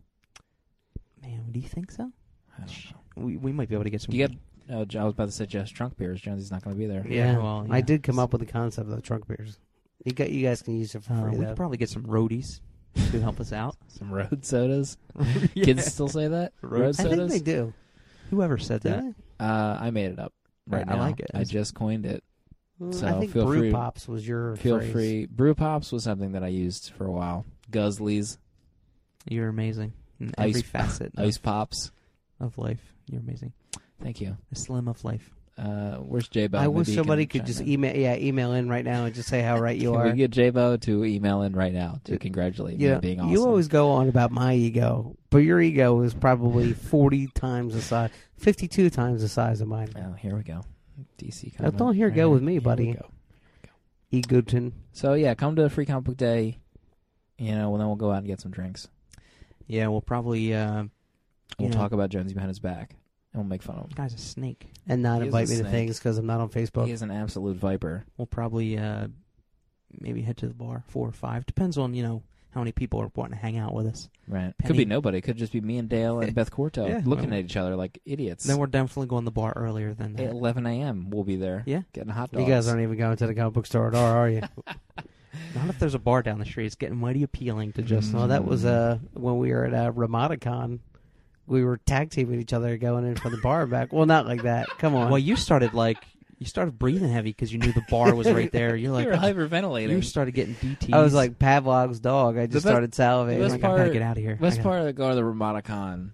Man, do you think so?
I don't know.
We we might be able to get some.
You get? Oh, I was about to say just drunk beers. Jonesy's not gonna be there.
Yeah, well, yeah.
I did come up with the concept of the trunk beers. You got you guys can use it for
Uh,
free.
we
though.
could probably get some roadies to help us out.
Some road sodas.
Yeah.
Kids still say that.
Road
Road
I think
sodas.
they do.
Whoever said
do
that?
they?
Uh, I made it up. Right
I- I
now.
like it.
I just coined it.
Mm,
So,
I think
feel
brew
free-
pops was your
Feel
phrase.
free. Brew pops was something that I used for a while. Guzzlies,
You're amazing in
Ice-
every facet
ice
of,
pops.
of life. You're amazing.
Thank you.
The slim of life.
Uh, where's J-Bo?
I wish
Maybe you
somebody
can chime
could just
in.
email yeah email in right now and just say how right you
Can
are.
we get J-Bo to email in right now to congratulate me
you,
on being awesome?
you always go on about my ego, but your ego is probably forty times the size, fifty-two times the size of mine.
Oh, here we go. DC.
Now,
Comment
don't here
right
go with me,
Here we
buddy.
go.
Egoton.
So yeah, come to Free Comic Book Day. You know, and then we'll go out and get some drinks.
Yeah, we'll probably. Uh,
We'll
Yeah.
talk about Jonesy behind his back, and we'll make fun of him.
guy's a snake.
and not
He is
invite
a
me to
snake.
things because I'm not on Facebook.
He is an absolute viper.
We'll probably uh, maybe head to the bar four or five. Depends on you know how many people are wanting to hang out with us.
Right? Could
Penny.
be nobody. Could just be me and Dale and Beth Corto
Yeah.
looking
Well,
at each other like idiots.
Then we're definitely going to the bar earlier than
at
that.
11 a.m. We'll be there.
Yeah.
Getting hot dogs.
You guys aren't even going to the comic book store at all, are you?
Not if there's a bar down the street. It's getting mighty appealing to just.
Mm.
no, that was uh, when we were at uh, RamadaCon. We were tag teaming each other going in for the bar and back. Well, not like that. Come on.
Well, you started like you started breathing heavy because you knew the bar was right there. You're
You
like
were hyperventilating.
you started getting DTs.
I was like Pavlov's dog. I just
best-
started
the
salivating.
best
Like, I
part-
gotta get out of here. I
Best
gotta-
part of the going to the RamadaCon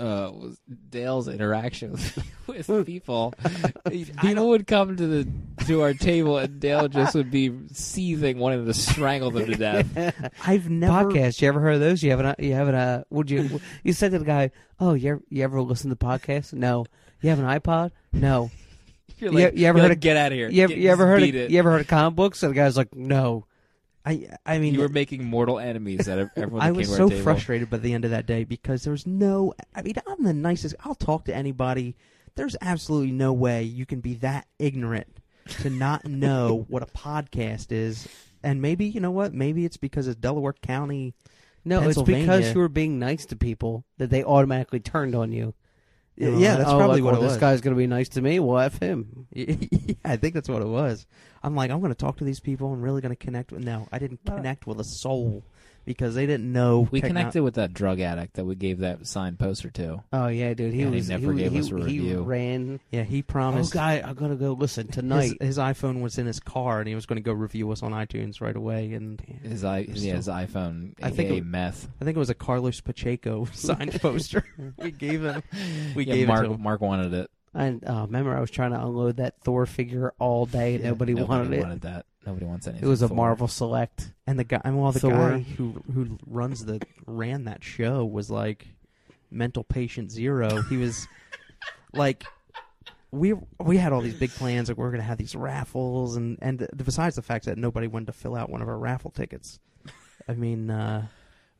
uh, was Dale's interaction with, with people. people would come to the to our table, and Dale just would be seething, wanting to strangle them to death.
I've never.
podcast. You ever heard of those? You haven't. You haven't. Uh, would you? You said to the guy, "Oh, you ever, you ever listen to podcasts? No. You have an iPod? No.
You're
You- you ever
you're
heard
like,
of-
get out of here?
You ever,
Get-
you ever heard?
beat
Of,
it.
you ever heard of comic books? And the guy's like, No.
I I mean,
You were making mortal enemies out of everyone.
I
that
was
came to
so
our table.
frustrated by the end of that day because there was no. I mean, I'm the nicest. I'll talk to anybody. There's absolutely no way you can be that ignorant to not know what a podcast is. And maybe you know what? Maybe it's because it's Delaware County.
No, it's because
Pennsylvania.
you were being nice to people that they automatically turned on you. You know,
Yeah, that's
oh,
probably
like,
what
well,
it
this
was.
guy's going to be nice to me. Well, f him.
yeah, I think that's what it was. I'm like, I'm going to talk to these people. I'm really going to connect with. No, I didn't
Well-
connect with a soul because they didn't know.
We
techno-
connected with that drug addict that we gave that signed poster to.
Oh yeah, dude. He
And he
was.
never
he,
gave
he,
us a
he
review.
ran.
Yeah, he
Oh,
promised.
guy, I'm going to go listen
his,
tonight.
his iPhone was in his car, and he was going to go review us on iTunes right away. And
His, i yeah,
Still-
his iPhone,
I think
aka
it-
meth.
I think it was a Carlos Pacheco signed poster. we gave him. We
yeah,
gave
Mark,
it to him.
Mark wanted it.
And oh, remember, I was trying to unload that Thor figure all day.
Yeah,
nobody, wanted it.
that. Nobody wants anything.
It was a
for-
Marvel Select.
And the guy, and well, the
Thor.
guy who who runs the ran that show was like mental patient zero. He was like. We we had all these big plans like we are gonna have these raffles and and besides the fact that nobody wanted to fill out one of our raffle tickets, I mean uh,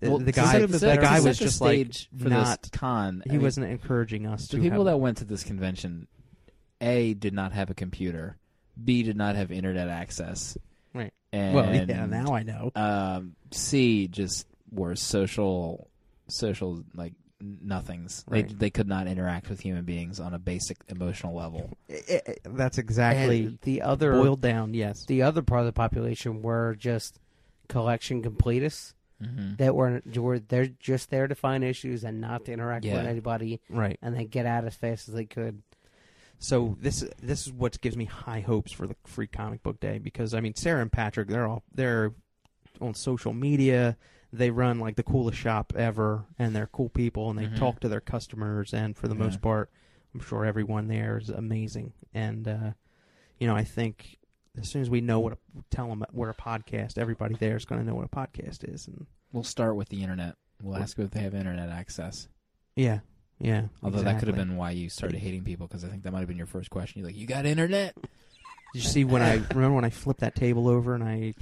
the,
Well, to
the guy
set-
the,
set- to
guy
set
was
the
just
stage
like
for
not
this con. I
he
mean,
wasn't encouraging us
the
to
people
have,
that went to this convention. A did not have a computer. B did not have internet access.
Right.
And,
well yeah now I know
um, C just were social, social like nothings. They
Right.
they could not interact with human beings on a basic emotional level.
I- I- that's exactly
Eh, And the other
boiled down. Yes,
the other part of the population were just collection completists
Mm-hmm.
that were, were they're just there to find issues and not to interact
Yeah.
with anybody
right.
and then get out as fast as they could.
So this this is what gives me high hopes for the free comic book day because I mean Sarah and Patrick they're all they're on social media they run like the coolest shop ever and they're cool people and they
Mhm.
talk to their customers and for the
Yeah.
most part I'm sure everyone there is amazing and uh, you know I think as soon as we know what a, tell them what a podcast everybody there is going to know what a podcast is and
We'll start with the internet. We'll ask if they have internet access.
yeah yeah
Although that could have
exactly.
been why you started hating people because I think that might have been your first question. You're like, "You got internet?"
Did you see when I remember when I flipped that table over and I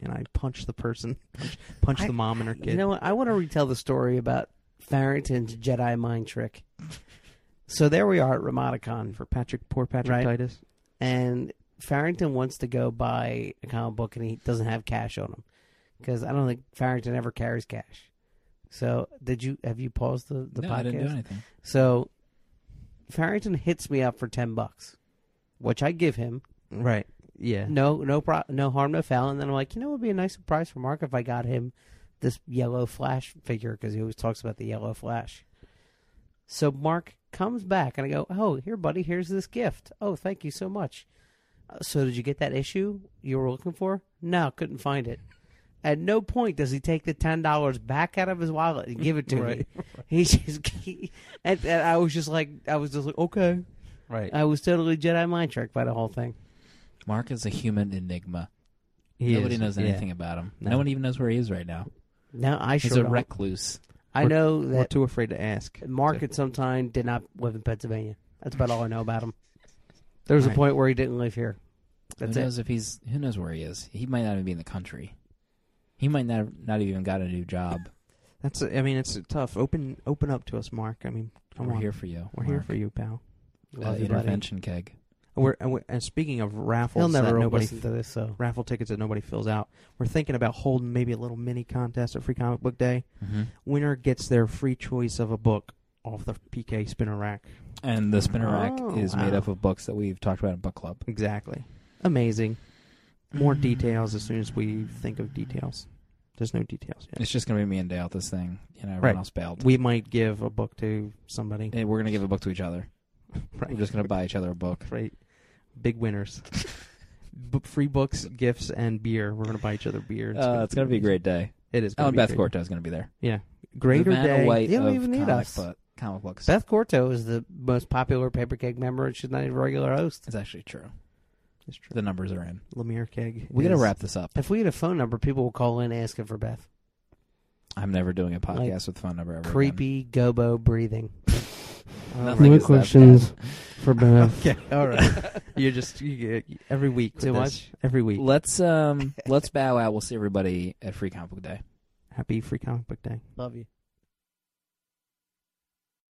and I punched the person, punched, punched the mom and her kid?
You know what? I want to retell the story about Farrington's Jedi mind trick. So there we are at Ramadicon,
for Patrick, poor Patrick
Right.
Titus.
and Farrington wants to go buy a comic book, and he doesn't have cash on him because I don't think Farrington ever carries cash. So did you? Have you paused the the
no,
podcast?
I didn't do anything.
So Farrington hits me up for ten bucks, which I give him.
Right? Yeah.
No, no, pro- no harm, no foul. And then I'm like, you know, it would be a nice surprise for Mark if I got him this yellow Flash figure because he always talks about the yellow Flash. So Mark comes back and I go, oh, here, buddy, here's this gift. Oh, thank you so much. "Uh, So did you get that issue you were looking for? No, couldn't find it. At no point does he take the ten dollars back out of his wallet and give it to
Right.
me. He just, he- and, and I was just like, I was just like, okay,
Right.
I was totally Jedi mind tricked by the whole thing.
Mark is a human enigma.
He
Nobody
is,
knows
yeah.
anything about him. No.
No.
one even knows where he is right now.
No, I sure
He's a
don't.
recluse.
I
We're-
know
We're
that
too afraid to ask.
Mark at some time did not live in Pennsylvania. That's about all I know about him. There was a
Right.
point where he didn't live here. That's
who
it.
knows if he's who knows where he is? He might not even be in the country. He might not not even got a new job.
That's. I mean, it's tough. Open, open up to us, Mark. I mean, come
We're
on.
here for you.
We're here
Mark.
for you, pal.
Uh,
Love you, buddy.
intervention keg.
And We're, and, we're, and speaking of raffles,
He'll
that
never
nobody
listen to this, so
raffle tickets that nobody fills out. We're thinking about holding maybe a little mini contest at Free Comic Book Day. winner gets their free choice of a book off the PK spinner rack.
And the spinner rack
Oh,
is made
wow.
up of books that we've talked about in book club.
Exactly. Amazing. More details as soon as we think of details. There's no details yet.
It's just gonna be me and Dale at this thing. You know, everyone
Right.
else bailed.
We might give a book to somebody.
And we're gonna give a book to each other.
Right.
We're just gonna buy each other a book.
Right. Big winners. B- free books, gifts, and beer. We're gonna buy each other beer.
Uh, it's gonna be a great day.
It is. Gonna
Ellen
be
Beth
great.
Corto is gonna be there.
Greater
Vanna
day.
White
You don't
of
even need
comic
us.
book- comic books.
Beth Corto is the most popular paper keg member and she's not even a regular host.
It's actually true.
It's true.
The numbers are in.
Lemire keg.
We gotta
is-
wrap this up.
If we had a phone number, people will call in asking for Beth.
I'm never doing a podcast
Like,
with phone number ever.
Creepy gobo breathing.
Again.
All
Nothing
right.
is that bad.
for Beth.
Okay. All right. You're just you get, every week.
Too
with
much?
this. Every week.
Let's um let's bow out. We'll see everybody at Free Comic Book Day.
Happy Free Comic Book Day.
Love you.